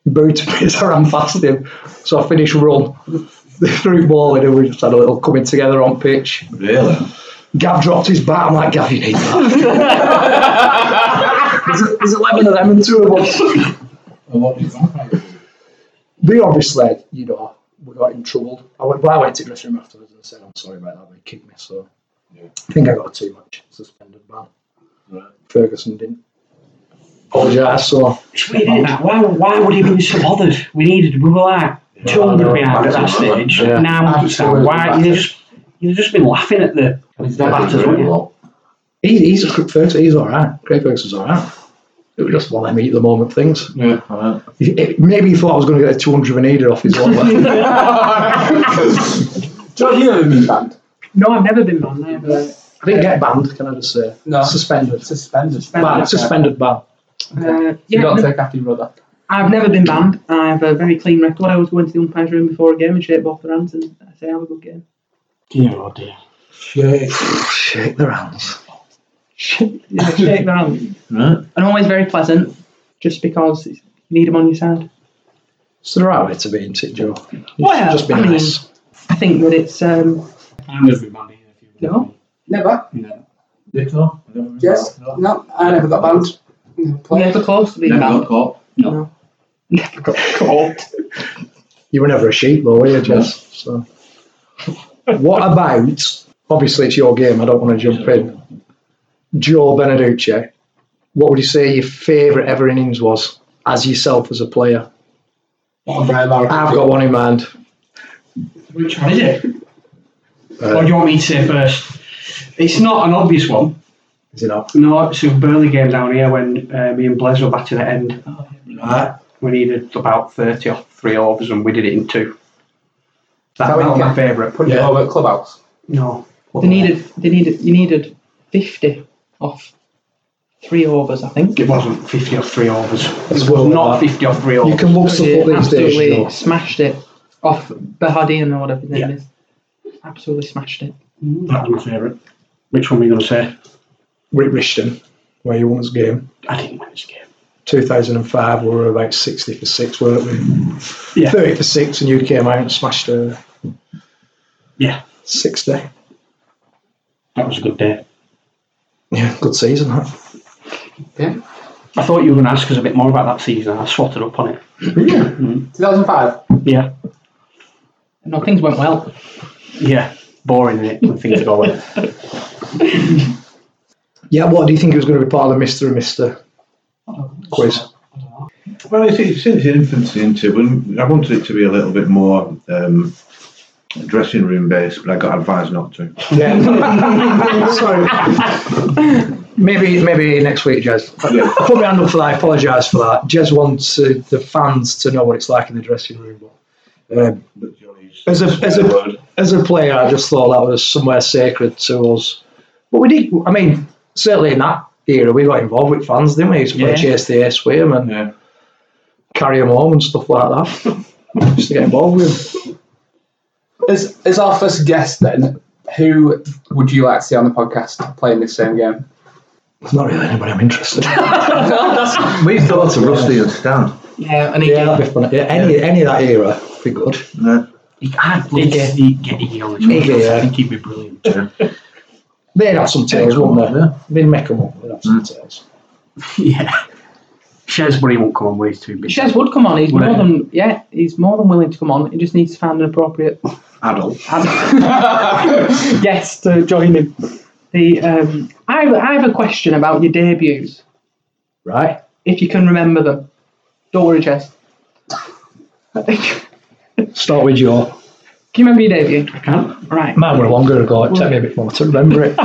S7: booted me as I ran past him. So I finished run. They threw ball in and we just had a little coming together on pitch.
S4: Really?
S7: Gav dropped his bat. I'm like, Gav, you need that. there's, there's 11 of them and two of us. They obviously, you know, we got in trouble. I went, well, I went to the dressing room afterwards and said, I'm sorry about that, they kicked me. So I think I got too much suspended ban. Ferguson didn't. Oh, yeah, so.
S10: We did that. Why, why would he be so bothered? We needed, we were like 200 behind at that stage.
S7: Yeah.
S10: Now,
S7: Absolutely.
S10: why? You'd have just, you'd have just been laughing at the batters, wouldn't you?
S7: He, he's a Craig Ferguson. He's all right. Craig Ferguson's all right. It was just one of them heat at the moment things.
S4: Yeah, I know.
S7: He- he- maybe he thought I was going to get a 200 and eighty off his own.
S9: John, you ever been banned?
S3: No, I've never been on there. But,
S7: I didn't get banned. Can I just say?
S9: No.
S7: Suspended.
S9: Suspended.
S7: Ban, suspended ban.
S3: uh,
S9: You
S3: yeah,
S9: don't
S3: no,
S9: take after your brother.
S3: I've never been banned. I have a very clean record. I always go into the umpire's room before a game and shake both their hands and I say, have a good game.
S7: Shake, shake their hands.
S3: Yeah, shake their hand.
S4: Right.
S3: And always very pleasant, just because it's- you need them on your side.
S7: It's the right way to be in it, Joe. You
S3: Well,
S7: should just be
S3: I mean-
S7: nice.
S3: I think that it's. Um,
S9: I've never been banned either.
S3: No?
S9: Never? No.
S4: Ditto?
S9: Yes? No, I never got banned. No, play.
S3: never close to being
S4: Never
S3: banned.
S4: got caught.
S7: You were never a sheep, though, were you, Jess? So, what about? Obviously, it's your game. I don't want to jump in. Joe Beneducci, what would you say your favourite ever innings was as yourself as a player?
S9: What a brave arrow.
S7: I've got one in mind.
S10: Which one is it?
S7: Uh,
S10: What do you want me to say first? It's not an obvious one.
S7: Is it not?
S10: No, it's a Burley game down here when uh, me and Blaise were batting at end.
S7: Right.
S10: We needed about 30 or three overs and we did it in two. That,
S9: That
S10: that
S9: we
S10: was my
S9: can-
S10: favourite.
S9: Put it
S7: Yeah.
S9: over at clubhouse.
S10: No.
S3: They needed. They needed. You needed fifty off three overs, I think.
S10: It wasn't 50 or three overs.
S7: It's
S10: It
S7: well
S10: was not
S7: that.
S10: 50 or three overs.
S7: You can love
S3: Absolutely,
S7: support these days,
S3: absolutely
S7: Joe.
S3: smashed it off Bahadian or whatever his name is. Absolutely smashed it.
S10: That was my favourite. Which one were you going to say?
S7: Rick Rishton, where you won this game.
S10: I didn't win this game.
S7: 2005, we were about 60 for six, weren't we?
S10: Yeah.
S7: 30 for six, and you came out and smashed a
S10: Yeah,
S7: 60.
S10: that was a good day.
S7: Yeah, good season, huh?
S10: I thought you were going to ask us a bit more about that season. I swatted up on it.
S9: 2005.
S10: Yeah.
S3: No, things went well.
S10: Yeah. Boring, is it? When things go well.
S7: Yeah, what do you think it was going to be part of the Mr. and Mr. quiz?
S4: Well, it's, it's since infancy into when I wanted it to be a little bit more um, dressing room based, but I got advised not to.
S7: Yeah. Sorry. Maybe maybe next week, Jez.
S4: Yeah.
S7: I put my hand up for that. I apologise for that. Jez wants uh, the fans to know what it's like in the dressing room. But, um,
S4: But Johnny's
S7: as, a, as, a, as a player, I just thought that was somewhere sacred to us. But we did, I mean, certainly in that era, we got involved with fans, didn't we? So
S10: Yeah.
S7: We chased the ace with 'em and
S4: Yeah.
S7: carry them home and stuff like that. just to get involved with 'em.
S9: As, as our first guest, then, who would you like to see on the podcast playing this same game?
S7: There's not really anybody I'm interested in.
S4: We thought of Rusty and Stan.
S3: Yeah, and
S7: Yeah, that'd be fun. Yeah, any any of that era would be good.
S4: Yeah.
S10: I'd love to see get Iggy on this one.
S7: Iggy, yeah.
S10: I think he'd be brilliant.
S7: They'd have some tales, Mm. wouldn't they? They'd make them up. They'd have some tales.
S10: yeah. Shesbury won't come on way too big.
S3: Shez would come on. He's
S10: Would
S3: more
S10: he?
S3: than yeah. He's more than willing to come on. He just needs to find an appropriate
S4: Adult.
S3: guest to join him. The um, I, I have a question about your debuts.
S7: Right?
S3: If you can remember them, don't worry, Jess.
S7: Start with your.
S3: Can you remember your debut?
S10: I can't.
S3: Right.
S7: Mine were longer ago. It took me a bit more to remember it.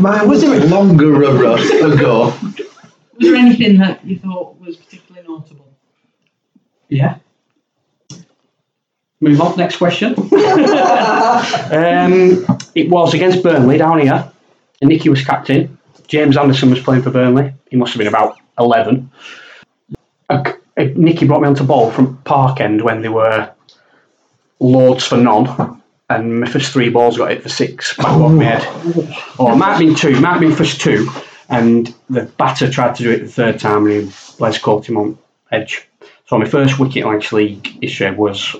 S4: Mine was it longer ago.
S3: Was there anything that you thought was particularly notable?
S10: Yeah. Move on. Next question. um, it was against Burnley down here. And Nicky was captain. James Anderson was playing for Burnley. He must have been about eleven. Uh, uh, Nicky brought me onto ball from park end when they were lords for none. And my first three balls got hit for six. Back on my head. Or it might have been two, it might have been first two. And the batter tried to do it the third time and he Blaise caught him on edge. So my first wicket in Irish League issue was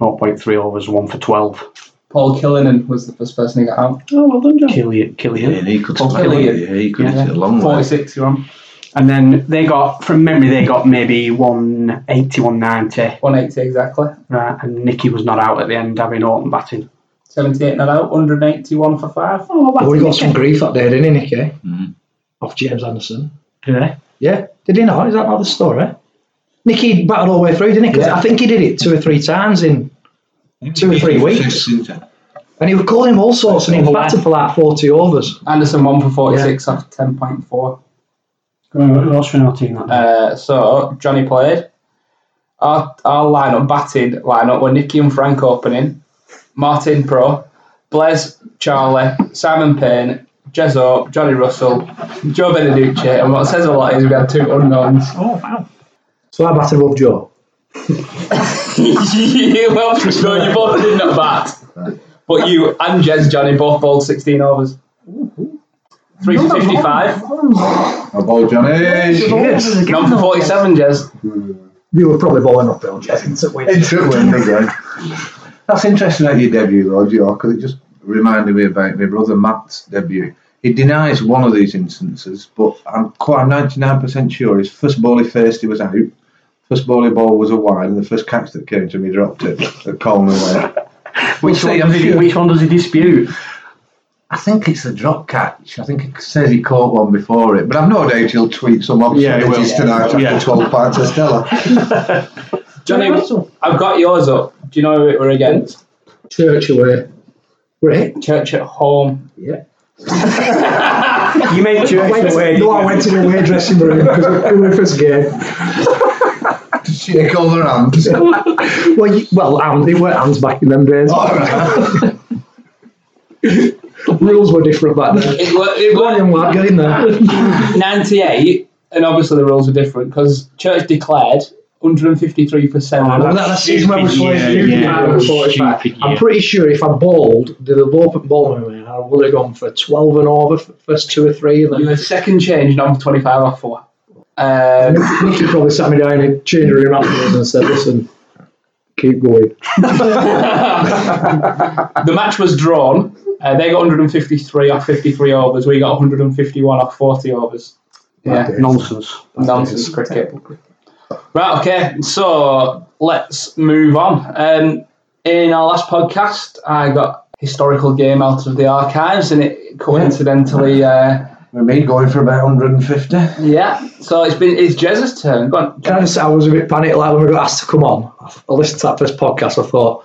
S10: 0.3 overs, 1 for 12.
S6: Paul Killinan was the first person to get out.
S8: Oh, well done, John.
S11: Killian, Killian.
S4: And he could
S6: Paul
S4: smack it.
S6: Killian.
S4: Yeah, he could hit it a long way.
S6: 46, you're on.
S8: And then they got, from memory, they got maybe 180, 190.
S6: 180 exactly.
S8: Right, and Nicky was not out at the end having Orton batting.
S6: 78 not out, 181 for five.
S3: Oh,
S7: Well, he got
S3: that's
S7: some grief up there, didn't he, Nicky?
S4: Mm.
S7: Off James Anderson.
S8: Did they?
S7: Yeah, did he not? Is that not the story? Nicky battled all the way through, didn't he? 'Cause I think he did it two or three times in, Two or three weeks. and he would call him all sorts, and he was batting for like forty overs.
S6: Anderson 1 for 46 off 10.4.
S8: Who else were in our team that day?
S6: Uh, so, Johnny played. Our, our lineup, batting lineup, were Nicky and Frank opening, Martin Pro, Blaise Charlie, Simon Payne, Jezzo, Johnny Russell, Joe Beneducci, and what says a lot is we had two unknowns.
S7: So I batted above Joe.
S6: you, well, no, you both did not bat. But you and Jez Johnny both bowled 16 overs. 3 for 55,
S4: A ball, Johnny.
S7: Yes,
S6: none for 47, Jez.
S7: you were probably bowling up Bill Jennings at
S4: It
S7: which.
S4: took one again. That's interesting at your debut, though, Joe, because it just reminded me about my brother Matt's debut. He denies one of these instances, but I'm quite I'm 99% sure his first ball he faced, he was out. First ball he ball was a wide, and the first catch that came to me, he dropped it at Coleman Way.
S8: which, one
S4: We'll see,
S8: does
S4: I'm
S8: he,
S4: sure.
S8: which one does he dispute?
S4: I think it's a drop catch. I think it says he caught one before it, but I've no doubt he'll tweet some
S8: Yeah, he
S4: obscenities
S8: will.
S4: tonight after
S8: Yeah.
S4: 12 pints of Stella.
S6: Johnny, I've got yours up. Do you know who it were against?
S7: Church away. Right?
S6: Church at home.
S7: Yeah.
S8: You made Church
S7: Went-
S8: away.
S7: no, I went to the away dressing room because it was first game.
S4: Shake all their hands.
S7: Well, you, well, hands, they weren't hands back in them days.
S4: All right.
S7: Rules were different back then.
S6: It were, it
S7: Go
S6: were
S7: on, young lad, get in there.
S6: 98, and obviously the rules are different because Church declared 153%.
S7: Well, that, that season when we played
S8: year,
S7: Newton,
S8: yeah,
S7: I was
S8: stupid
S7: 45. I'm
S8: year.
S7: pretty sure if I bowled, they'd have opened bowling me, and I would have gone for 12 and over for first two or three. And
S6: You
S7: then
S6: were second change, none for 25 off 4. Um,
S7: Nick- Nicky probably sat me down in changed room afterwards and said, "Listen, keep going."
S6: The match was drawn. Uh, they got 153 off 53 overs. We got 151 off 40 overs. Yeah,
S8: Nonsense.
S6: nonsense cricket. Right, okay, so let's move on. Um, in our last podcast, I got historical game out of the archives, and it coincidentally, uh,
S4: We're made going for about 150.
S6: yeah. So it's been it's Jez's turn. Go on.
S7: Can I just say, I was a bit panicked like when we got asked to come on. I listened to that first podcast, I thought,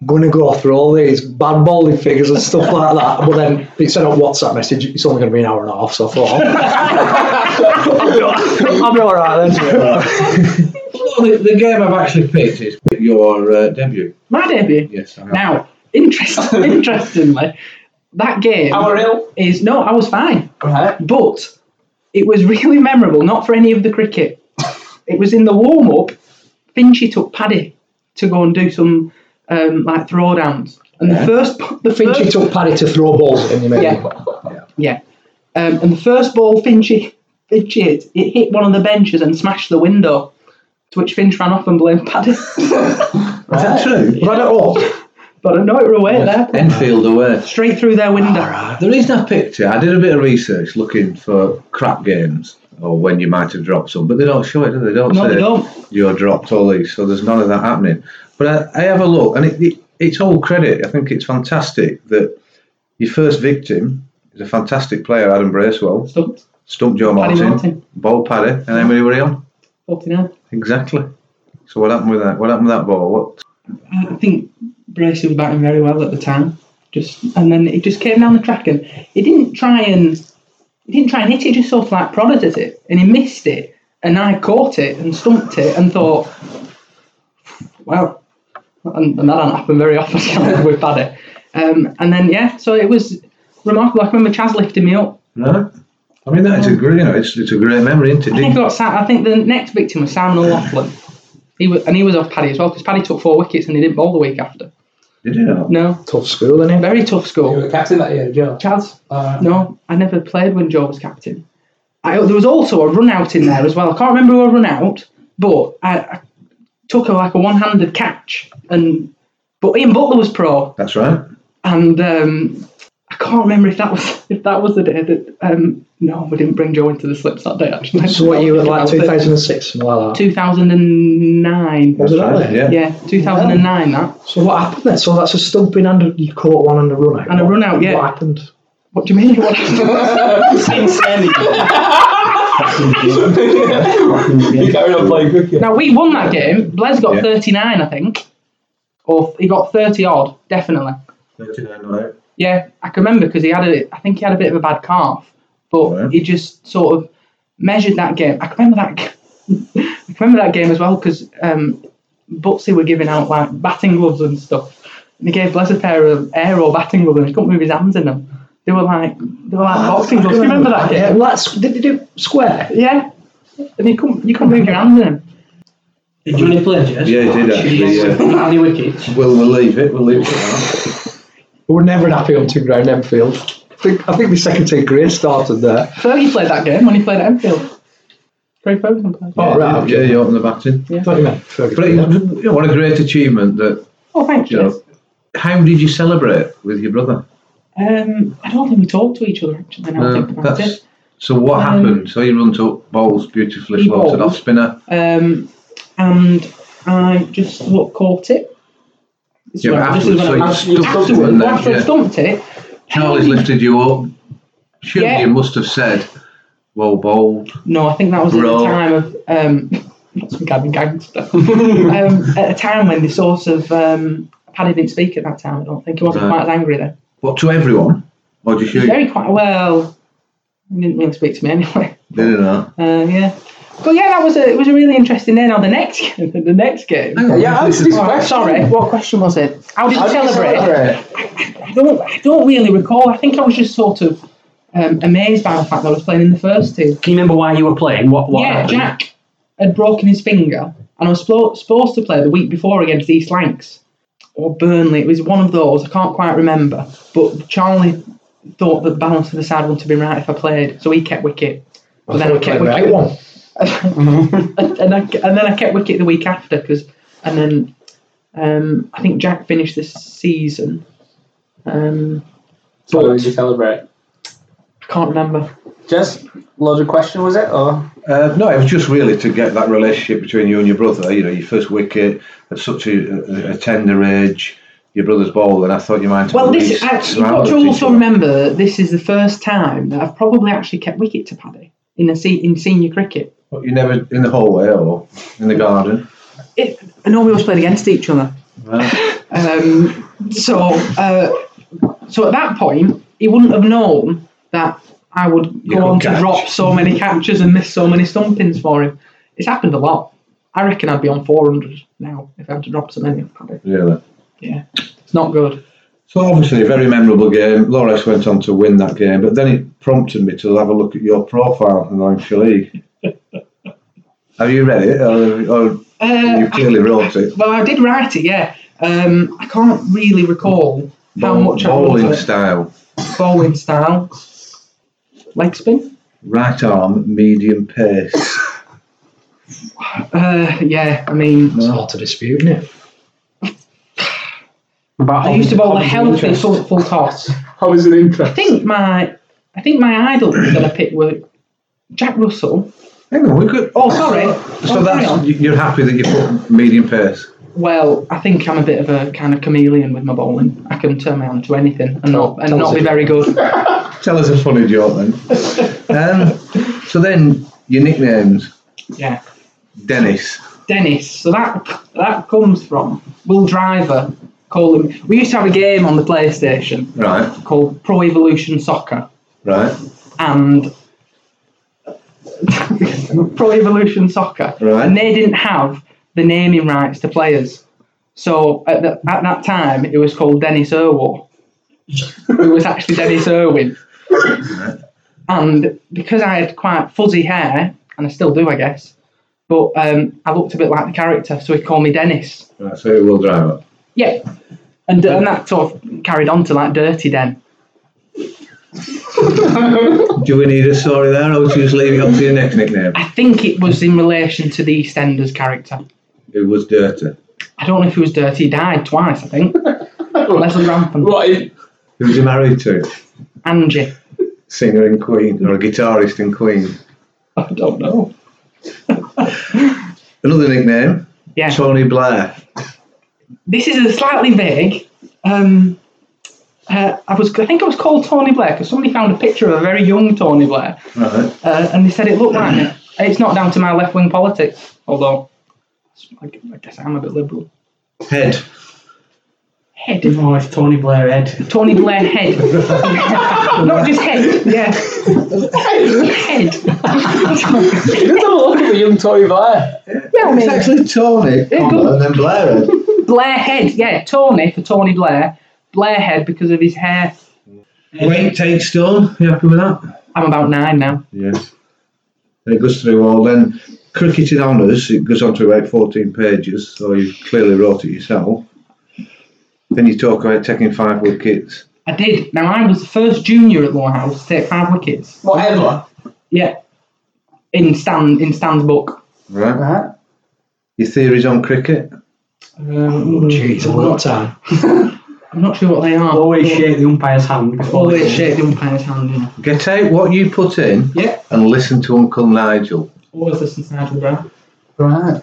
S7: I'm going to go through all these bad bowling figures and stuff like that. But then it sent a WhatsApp message, it's only going to be an hour and a half, so I thought, I'll be, I'll be all right then.
S4: Well, the, the game I've actually picked is your uh, debut.
S3: My debut.
S4: Yes, I have.
S3: Now, interest, interestingly, that game
S6: How are ill?
S3: is no, I was fine,
S6: Right.
S3: but it was really memorable. Not for any of the cricket. It was in the warm up. Finchy took Paddy to go and do some um, like throwdowns, and the first the
S7: Finchy
S3: first-
S7: took Paddy to throw balls in the middle.
S3: Yeah. Yeah. Um, and the first ball Finchy Finchy hit, it hit one of the benches and smashed the window. To which Finch ran off and blamed Paddy.
S4: Is
S3: uh,
S4: that true?
S7: But I don't know.
S3: but I know it were away there.
S4: Enfield away.
S3: Straight through their window.
S4: The reason I picked it, I did a bit of research looking for crap games or when you might have dropped some, but they don't show it, do they? They don't
S3: No,
S4: say
S3: they don't.
S4: you're dropped all these, so there's none of that happening. But I, I have a look, and it, it, it's all credit. I think it's fantastic that your first victim is a fantastic player, Adam Bracewell,
S3: Stumped.
S4: Stump Joe
S3: Paddy
S4: Martin,
S3: Martin.
S4: Ball Paddy, and then we were on.
S3: Fucking hell.
S4: Exactly. So what happened with that? What happened with that ball? What
S3: I I think Bracey was batting very well at the time. Just and then it just came down the track and he didn't try and he didn't try and hit it, he just sort of like prodded at it and he missed it and I caught it and stumped it and thought Well and, and that doesn't happen very often with Paddy. Um, and then yeah, so it was remarkable. I can remember Chaz lifting me up.
S4: No. I mean, that is a great, you know, it's, it's a great memory, isn't it?
S3: I think I got Sam, I think the next victim was Simon O'Loughlin. He was, and he was off Paddy as well because Paddy took four wickets and he didn't bowl the week after.
S4: Did you know?
S3: No,
S7: Tough school, isn't it?
S3: very tough
S6: You
S3: score.
S6: were captain that year, Joe.
S3: Chaz?
S6: Uh,
S3: no, I never played when Joe was captain. I, there was also a run out in there as well. I can't remember who I run out, but I, I took a, like a one handed catch and But Ian Butler was pro,
S4: That's right.
S3: and um, I can't remember if that was if that was the day that. Um, no, we didn't bring Joe into the slips that day. Actually,
S7: So what you were like
S3: About it.
S7: 2006, something like that.
S3: 2009.
S7: Was it
S4: That's right,
S7: really?
S4: Yeah.
S3: Yeah, 2009. That.
S7: So what happened then? So that's a stumping and you caught one on the run out.
S3: And a run out, yeah.
S7: What happened?
S3: What do you mean? What happened?
S9: You carry on playing cricket.
S3: now we won that game. Blaise got
S4: Yeah.
S3: 39, I think, or he got 30 odd, definitely.
S4: Right.
S3: Yeah, I can remember because he had a, I think he had a bit of a bad calf, but
S4: Right.
S3: he just sort of measured that game. I can remember that. g- I can remember that game as well because um, Butsy were giving out like batting gloves and stuff, and he gave Bless a pair of aero batting gloves and he couldn't move his hands in them. They were like they were like boxing gloves. Do you remember that
S7: Yeah,
S3: game?
S7: well, that's, did they do square?
S3: Yeah, and he couldn't you couldn't move your hands in them.
S2: Did Johnny play Jess?
S4: Yeah, he did actually. Yeah.
S2: How many wickets?
S4: We'll, we'll leave it. We'll leave it. at that.
S7: We were never happy on two ground Enfield. I think, I think the second team career started there.
S3: Fergie played that game when he played at Enfield. Craig Ferguson played.
S7: Oh, right,
S4: yeah,
S7: okay.
S4: you open the batting.
S7: I thought you meant Fergie.
S4: But you know, what a great achievement that.
S3: Oh, thank
S4: You
S3: you.
S4: know, how did you celebrate with your brother?
S3: Um, I don't think we talked to each other actually. Now I
S4: No,
S3: think about it.
S4: that's so. What
S3: Um,
S4: happened? So you run to balls beautifully
S3: He
S4: floated
S3: bowled.
S4: off spinner.
S3: um, and I just thought caught it. This is
S4: Yeah,
S3: when-
S4: but
S3: this is
S4: afterwards,
S3: when I-
S4: so you-
S3: afterwards,
S4: you stumped it,
S3: after I
S4: yeah.
S3: stumped it,
S4: Charlie's lifted you up. Surely
S3: Yeah.
S4: you must have said, "Well bowled."
S3: no, I think that was at
S4: Bro.
S3: the time of um, not some kind of gangster. um, at a time when the source of um, Paddy didn't speak at that time. I don't think he wasn't
S4: No.
S3: quite as angry then.
S4: What to everyone? Or just you?
S3: Very quite well. He didn't really speak to me anyway.
S4: Didn't know.
S3: Uh, yeah, but yeah, that was a it was a really interesting day. Now the next the next game.
S4: Hang on,
S9: Yeah,
S4: this
S9: answer
S4: is-
S9: this question.
S3: Sorry, what question was it? How did you celebrate? I don't, I don't really recall. I think I was just sort of um, amazed by the fact that I was playing in the first team.
S10: Can you remember why you were playing? What? What?
S3: yeah,
S10: happened?
S3: Jack had broken his finger, and I was spo- supposed to play the week before against East Lancs or Burnley. It was one of those. I can't quite remember. But Charlie thought the balance of the side would have been right if I played, so he kept wicket. But then I kept
S7: the right
S3: wicket,
S7: one.
S3: and I, and then I kept wicket the week after because, and then um, I think Jack finished this season. Um,
S9: So what did you celebrate?
S3: I can't remember.
S9: Jess, loaded question was it or?
S4: Uh, no, it was just really to get that relationship between you and your brother. You know, your first wicket at such a, a, a tender age, your brother's ball, and I thought you might. have
S3: Well,
S4: at
S3: this
S4: least
S3: is, uh, you've
S4: smiled
S3: got uh, to
S4: at each
S3: also
S4: other.
S3: remember that this is the first time that I've probably actually kept wicket to Paddy in a se- in senior cricket.
S4: But you never in the hallway or in the garden.
S3: It, I know we always played against each other.
S4: Right.
S3: Um, so, uh, so at that point, he wouldn't have known that I would
S4: You
S3: go on
S4: could catch.
S3: to drop so many catches and miss so many stumpings for him. It's happened a lot. I reckon I'd be on 400 now if I had to drop so many of Paddy.
S4: Really.
S3: Yeah, it's not good.
S4: So obviously a very memorable game. Lawrence went on to win that game, but then it prompted me to have a look at your profile in the Lancashire League. have you read it, or, or
S3: Uh,
S4: you clearly wrote it?
S3: Well, I did write it, yeah. Um, I can't really recall how
S4: Bowl-
S3: much I
S4: bowling
S3: wrote.
S4: style,
S3: Bowling style. Leg spin?
S4: right arm, medium pace.
S3: Uh, yeah, I mean,
S7: It's hard to dispute, isn't it?
S10: About
S3: I used to bowl a healthy full, full toss.
S9: How is it
S3: I
S9: interest?
S3: think my I think my idol that I picked were Jack Russell.
S4: Hang on, we could.
S3: Oh, sorry.
S4: So
S3: Oh, carry
S4: that's
S3: on.
S4: you- you're happy that you put medium pace.
S3: Well, I think I'm a bit of a kind of chameleon with my bowling. I can turn my hand to anything and not and
S7: tell us
S3: not be
S7: it.
S3: very good.
S4: Tell us a funny joke then. um, so then your nickname's
S3: Yeah.
S4: Dennis.
S3: Dennis. So that that comes from Will Driver. Call him. We used to have a game on the PlayStation
S4: Right,
S3: called Pro Evolution Soccer,
S4: right,
S3: and Pro Evolution Soccer,
S4: Right.
S3: and they didn't have the naming rights to players. So at, the, at that time, it was called Dennis Irwar. it was actually Dennis Irwin. And because I had quite fuzzy hair, and I still do, I guess, but um, I looked a bit like the character, so he called me Dennis.
S4: right. So it will drive up.
S3: Yeah. And, and that sort of carried on to like Dirty Den.
S4: Do we need a story there, or should we just leave it up to your next nickname?
S3: I think it was in relation to the EastEnders character.
S4: It was dirty.
S3: I don't know if he was dirty. He died twice, I think. Leslie Grantham,
S9: What is,
S4: Who was he married to?
S3: Angie.
S4: Singer in Queen or a guitarist in Queen?
S7: I don't know.
S4: Another nickname,
S3: Yeah.
S4: Tony Blair.
S3: this is a slightly vague. Um, uh, I was, I think I was called Tony Blair because somebody found a picture of a very young Tony Blair,
S4: Right.
S3: uh, and they said it looked like me. It's not down to my left wing politics, although I gu- I guess I'm a bit liberal.
S4: Head.
S3: Head,
S2: Oh, it's Tony Blair head.
S3: Tony Blair head, not just head. Yeah, head.
S9: let's have a look at the young Tory Blair.
S3: Yeah, I
S4: It's
S3: mean,
S4: actually Tony, comma,
S3: good.
S4: and then Blair Head.
S3: Blair head. Yeah, Tony for Tony Blair, Blair head because of his hair.
S4: Weight takes stone. You happy with that?
S3: I'm about nine now.
S4: Yeah. And it goes through all then. Cricketing honours, it goes on to about 14 pages, so you clearly wrote it yourself. Then you talk about taking five wickets.
S3: I did. Now I was the first junior at Law House to take five wickets.
S9: Whatever.
S3: Yeah. In Stan in Stan's book.
S4: Right?
S3: Uh-huh.
S9: Uh-huh.
S4: Your theories on cricket?
S3: Um,
S7: Jeez, a lot of time.
S3: I'm not sure what they are.
S10: Always shake the umpire's hand before
S3: Always shake the umpire's hand. You know.
S4: Get out what you put in
S3: Yeah.
S4: and listen to Uncle Nigel.
S3: Always listen to Nigel Brown.
S4: Right.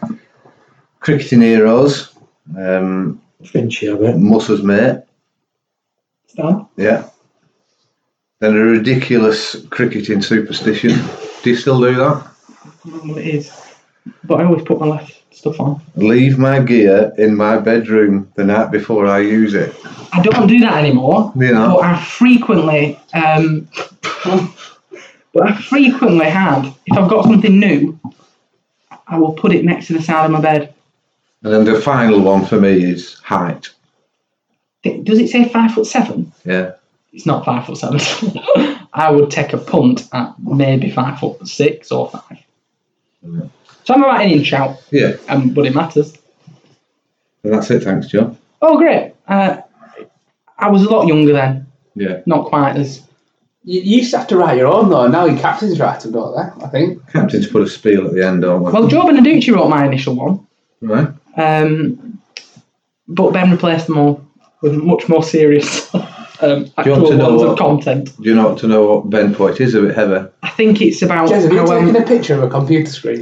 S4: Cricketing heroes, um,
S7: Finchy, I bet.
S4: Musser's mate.
S3: Stan.
S4: Yeah. Then a ridiculous cricketing superstition. Do you still do that?
S3: I don't know what it is. But I always put my left stuff on.
S4: Leave my gear in my bedroom the night before I use it.
S3: I don't do that anymore.
S4: Yeah.
S3: But I frequently um but I frequently had if I've got something new, I will put it next to the side of my bed.
S4: And then the final one for me is height.
S3: Th- Does it say five foot seven?
S4: Yeah.
S3: It's not five foot seven. I would take a punt at maybe five foot six or five. So I'm about an inch out,
S4: Yeah.
S3: um, but it matters.
S4: And that's it. Thanks, John.
S3: Oh, great. Uh, I was a lot younger then,
S4: Yeah.
S3: not quite as.
S9: You, you used to have to write your own though. Now your captain's write them, don't they? I think.
S4: Captain's put a spiel at the end, don't they?
S3: Well, Joe Beneducci wrote my initial one,
S4: Right.
S3: um, but Ben replaced them all with much more serious um, actual
S4: to know
S3: ones of
S4: what-
S3: content.
S4: Do you not to know what Ben Point is? A bit heather.
S3: I think it's about
S9: Jez, have you
S3: how um,
S9: taken a picture of a computer screen?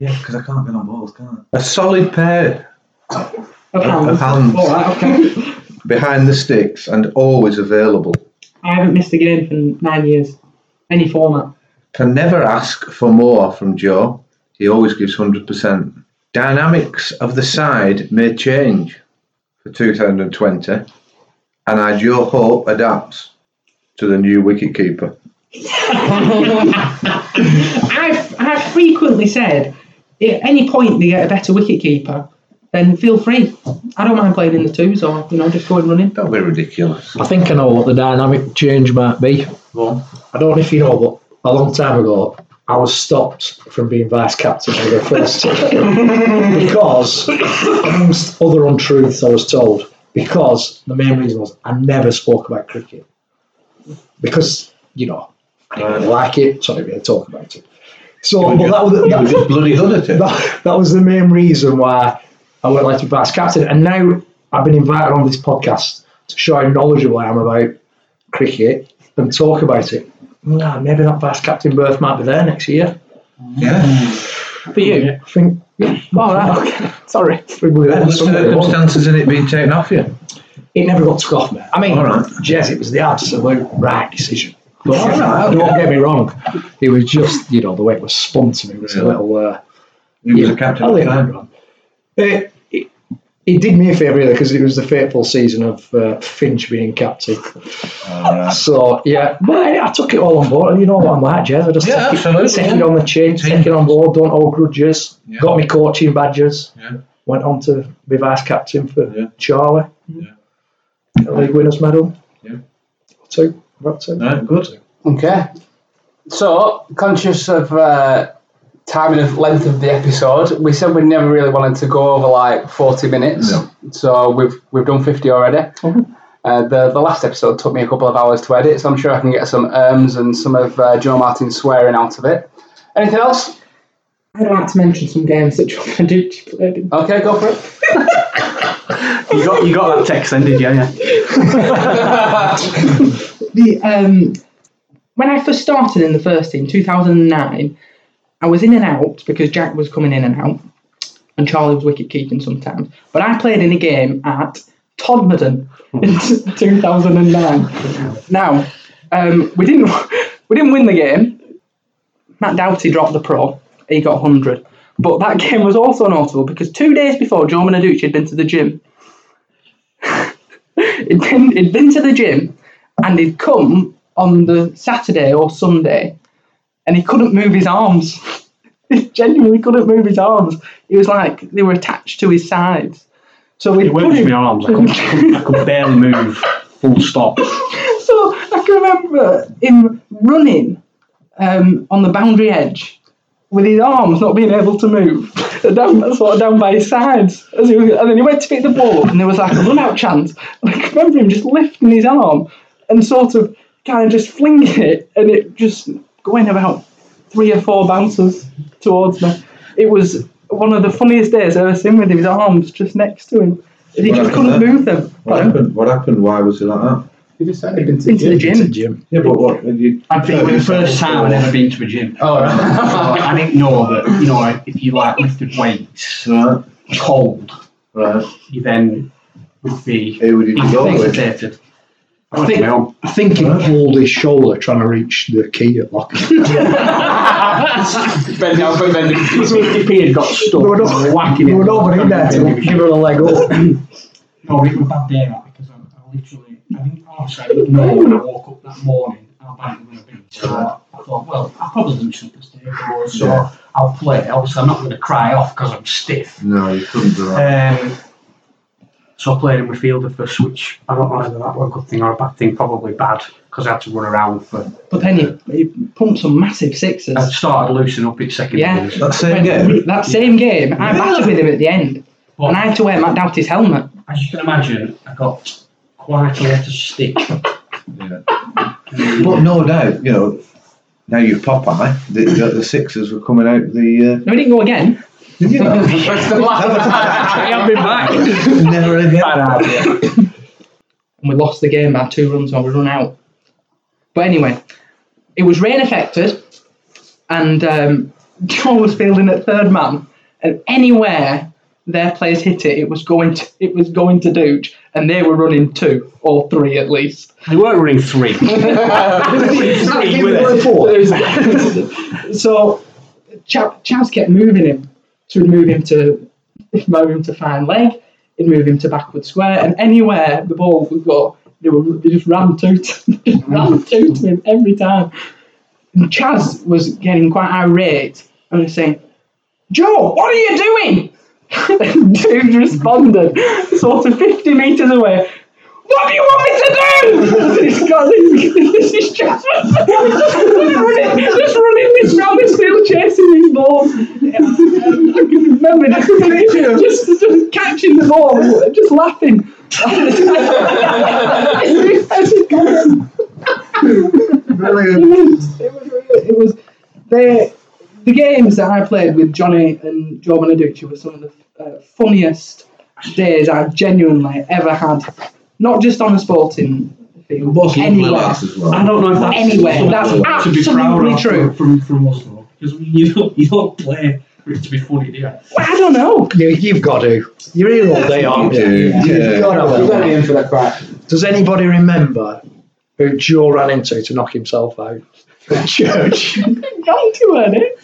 S4: Yeah, because I can't get on balls, can I? A solid pair
S3: of
S4: of
S3: hands.
S4: hands
S3: All right, okay.
S4: behind the sticks and always available.
S3: I haven't missed a game for nine years, any format.
S4: Can never ask for more from Joe. He always gives 100%. Dynamics of the side may change for 2020, and I do hope adapts to the new wicketkeeper.
S3: I've, I've frequently said, at any point they get a better wicketkeeper, then feel free. I don't mind playing in the twos or, you know, just going running.
S4: That'll be ridiculous.
S7: I think I know what the dynamic change might be. I don't know if you know, but a long time ago, I was stopped from being vice captain of the first team because, amongst other untruths, I was told, because the main reason was I never spoke about cricket. Because, you know, I didn't really like it, so I didn't really talk about it. So, but that was,
S4: You were
S7: that,
S4: just bloody good at it.
S7: that, that was the main reason why I went like to be vice captain. And now I've been invited on this podcast to show how knowledgeable I am about cricket and talk about it. Nah, maybe that vice captain berth might be there next year.
S4: Yeah.
S7: For you? I think. All right, okay. Sorry. We'll be
S4: What
S7: there
S4: were the
S7: somewhere, but
S4: circumstances in it being taken off you?
S7: It never got took off, mate. I mean,
S4: All right.
S7: Jez, it was the absolute right decision. But
S4: All right,
S7: don't get me wrong, it was just, you know, the way it was spun to me was a
S4: Really?
S7: little. Uh,
S4: He was
S7: Yeah.
S4: a captain
S7: I'll
S4: at the
S7: leave that
S4: time.
S7: wrong. Uh, it, it did me a favour either because it was the fateful season of uh, Finch being captain.
S4: All right.
S7: So yeah, but I, I took it all on board. You know what I'm like, Jez. I just
S4: Yeah,
S7: take,
S4: absolutely,
S7: it, take
S4: yeah.
S7: it on the chin, take it on board. Don't hold grudges.
S4: Yeah.
S7: Got me coaching badges.
S4: Yeah.
S7: Went on to be vice captain for
S4: Yeah.
S7: Charlie.
S4: Yeah.
S7: League winners medal.
S4: Yeah.
S7: Two. About two.
S4: Right, good.
S9: Okay. So, conscious of uh, time and of length of the episode, we said we never really wanted to go over like 40 minutes.
S4: No.
S9: So, we've we've done 50 already. Uh, the, the last episode took me a couple of hours to edit, so I'm sure I can get some erms and some of uh, Joe Martin swearing out of it. Anything else?
S3: I'd like to mention some games that John Venducci played in.
S6: Okay, go for it.
S12: You got you got that text then, did you? Yeah.
S3: The um, when I first started in the first team, 2009, I was in and out because Jack was coming in and out, and Charlie was wicket keeping sometimes. But I played in a game at Todmorden in 2009. Now, um, we didn't we didn't win the game. Matt Doughty dropped the pro. He got 100. But that game was also notable because two days before, Joe Manaducci had been to the gym. he'd, been, he'd been to the gym and he'd come on the Saturday or Sunday and he couldn't move his arms. he genuinely couldn't move his arms. He was like, they were attached to his sides. So we
S8: It
S3: put
S8: worked with
S3: him,
S8: my arms. I could, I could barely move. Full stop.
S3: so I can remember him running um, on the boundary edge with his arms not being able to move, down, sort of down by his sides. As he was, and then he went to pick the ball, and there was like a run out chance. And I can remember him just lifting his arm and sort of kind of just flinging it, and it just going about three or four bounces towards me. It was one of the funniest days I've ever seen with him, his arms just next to him. and He
S4: What
S3: just
S4: happened
S3: couldn't
S4: there?
S3: move them.
S4: What happened? What happened? Why was it like that?
S6: You just said it didn't
S3: Into the gym.
S10: Gym.
S4: Yeah, but what? You,
S10: I think it was the first time I'd ever been to a gym.
S6: All right.
S10: Oh, I didn't know that, you know, if you like lifted weights uh,
S4: right,
S10: cold,
S4: right.
S10: you then would be
S4: Who did you go with?
S10: incapacitated. I think, I think he pulled his shoulder trying to reach the key at lock.
S6: Ben, now, Ben, Ben,
S8: If he had got stuck,
S10: There were no-
S8: whacking it.
S10: there were nobody in there to
S8: give her a leg up.
S10: No, it was a bad day, right? Because I, I literally, I didn't, honestly, I didn't know when I woke up that morning how bad it was going to be. So I thought, well, I'll probably lose some or so
S4: Yeah.
S10: I'll play. Obviously, I'm not going to cry off because I'm stiff.
S4: No, you couldn't do that.
S10: Um, so I played in midfield first, which I don't know whether that was a good thing or a bad thing. Probably bad because I had to run around for.
S3: But then he, he pumped some massive sixes.
S10: I started loosening up in second.
S3: Yeah.
S10: division.
S4: That same
S3: When-
S4: game.
S3: That same game, I batted with him at the end,
S10: But
S3: and I had to wear Matt Doughty's helmet.
S10: as you can imagine, I got quite a lot of stick.
S4: Yeah. But no doubt, you know. Now you Popeye, the, the, the Sixers were coming out the.
S3: No, he didn't go again.
S4: Uh, did you know?
S3: I have been back. and
S4: Never again.
S3: we lost the game by two runs and we run out. But anyway, it was rain affected, and um, Joe was fielding at third man, and anywhere their players hit it, it was going to it was going to Dooch, and they were running two or three at least.
S8: They weren't running three. Three, were they?
S3: so Chav, Chavs kept moving him. So he'd move him to he'd move him to fine leg, he'd move him to backward square, and anywhere the ball would go, they were they just ran two to, just ran two to him every time. And Chaz was getting quite irate and was saying, Joe, what are you doing? And Dude responded, sort of 50 metres away, what do you want me to do? He's got this, this is just running, just running this round and still chasing his ball. I can remember just, just, just catching the ball, and just laughing.
S4: Brilliant.
S3: It was, it was, really- it was the, the games that I played with Johnny and Joe Bonaducci were some of the uh, funniest days I've genuinely ever had. Not just on a sporting field,
S4: Both lovely
S3: anywhere.
S4: lads as well.
S10: I don't know if that's
S3: Anywhere. That's
S10: to be proud
S3: absolutely true.
S10: of from from us though, because you don't you don't play for it to be funny, do you?
S3: I don't know.
S7: You, have got to. You're here all day, aren't you?
S4: Yeah.
S7: You've got to.
S6: You got me in for that crack.
S7: Does anybody remember who Joe ran into to knock himself out at church?
S3: Got to earn it.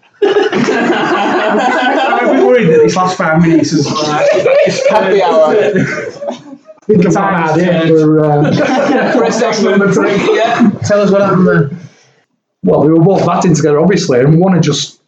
S10: I'd be worried that this last five minutes is like
S6: Happy hour.
S7: Think of
S10: Time
S7: that
S10: is
S7: idea
S10: dead.
S7: for, um,
S6: For a segment of drink, yeah.
S7: tell us what happened there. Well, we were both batting together, obviously, and one had just,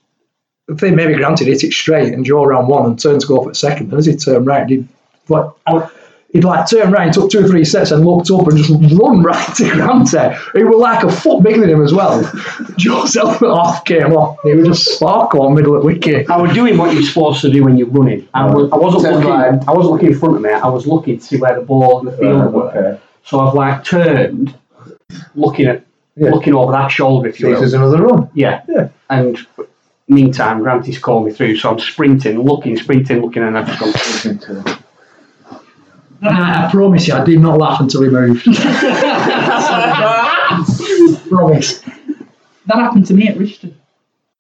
S7: I think maybe Granted hit it straight, and Joe ran one and turned to go up at second. And as he turned round, he'd like, out- he'd like turned round, took two or three steps, and looked up and just run right to Granted. He was like a foot bigger than him as well. Joe's helmet off came off. He was just sparkling middle of wicket.
S8: I was doing what you're supposed to do when you're running. I, was, I wasn't
S6: Turn
S8: looking.
S6: blind.
S8: I wasn't looking in front of me. I was looking to see where the ball and the field were.
S4: Okay.
S8: So I've like turned, looking at,
S4: Yeah.
S8: looking over that shoulder, if
S4: See
S8: you
S4: if
S8: will.
S4: there's another run.
S8: Yeah.
S4: Yeah.
S8: And
S10: meantime, Granty's called me through, so I'm sprinting, looking, sprinting, looking, and I've just gone.
S7: I, I promise you, I did not laugh until he moved. promise.
S3: That happened to me at Richton.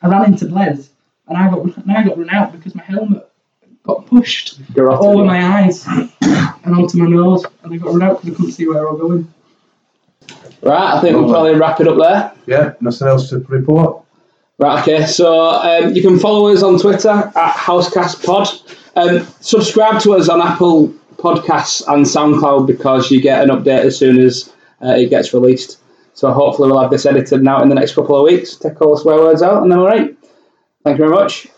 S3: I ran into Les and I got and I got run out because my helmet got pushed over Oh, my eyes and onto my nose, and I got run out because I couldn't see where I was going.
S6: Right, I think we'll probably wrap it up there.
S4: Yeah, nothing else to report.
S6: Right, okay. So um, you can follow us on Twitter at HousecastPod. Um, subscribe to us on Apple Podcasts and SoundCloud because you get an update as soon as uh, it gets released. So hopefully we'll have this edited now in the next couple of weeks. Take all the swear words out and then we're right. Thank you very much.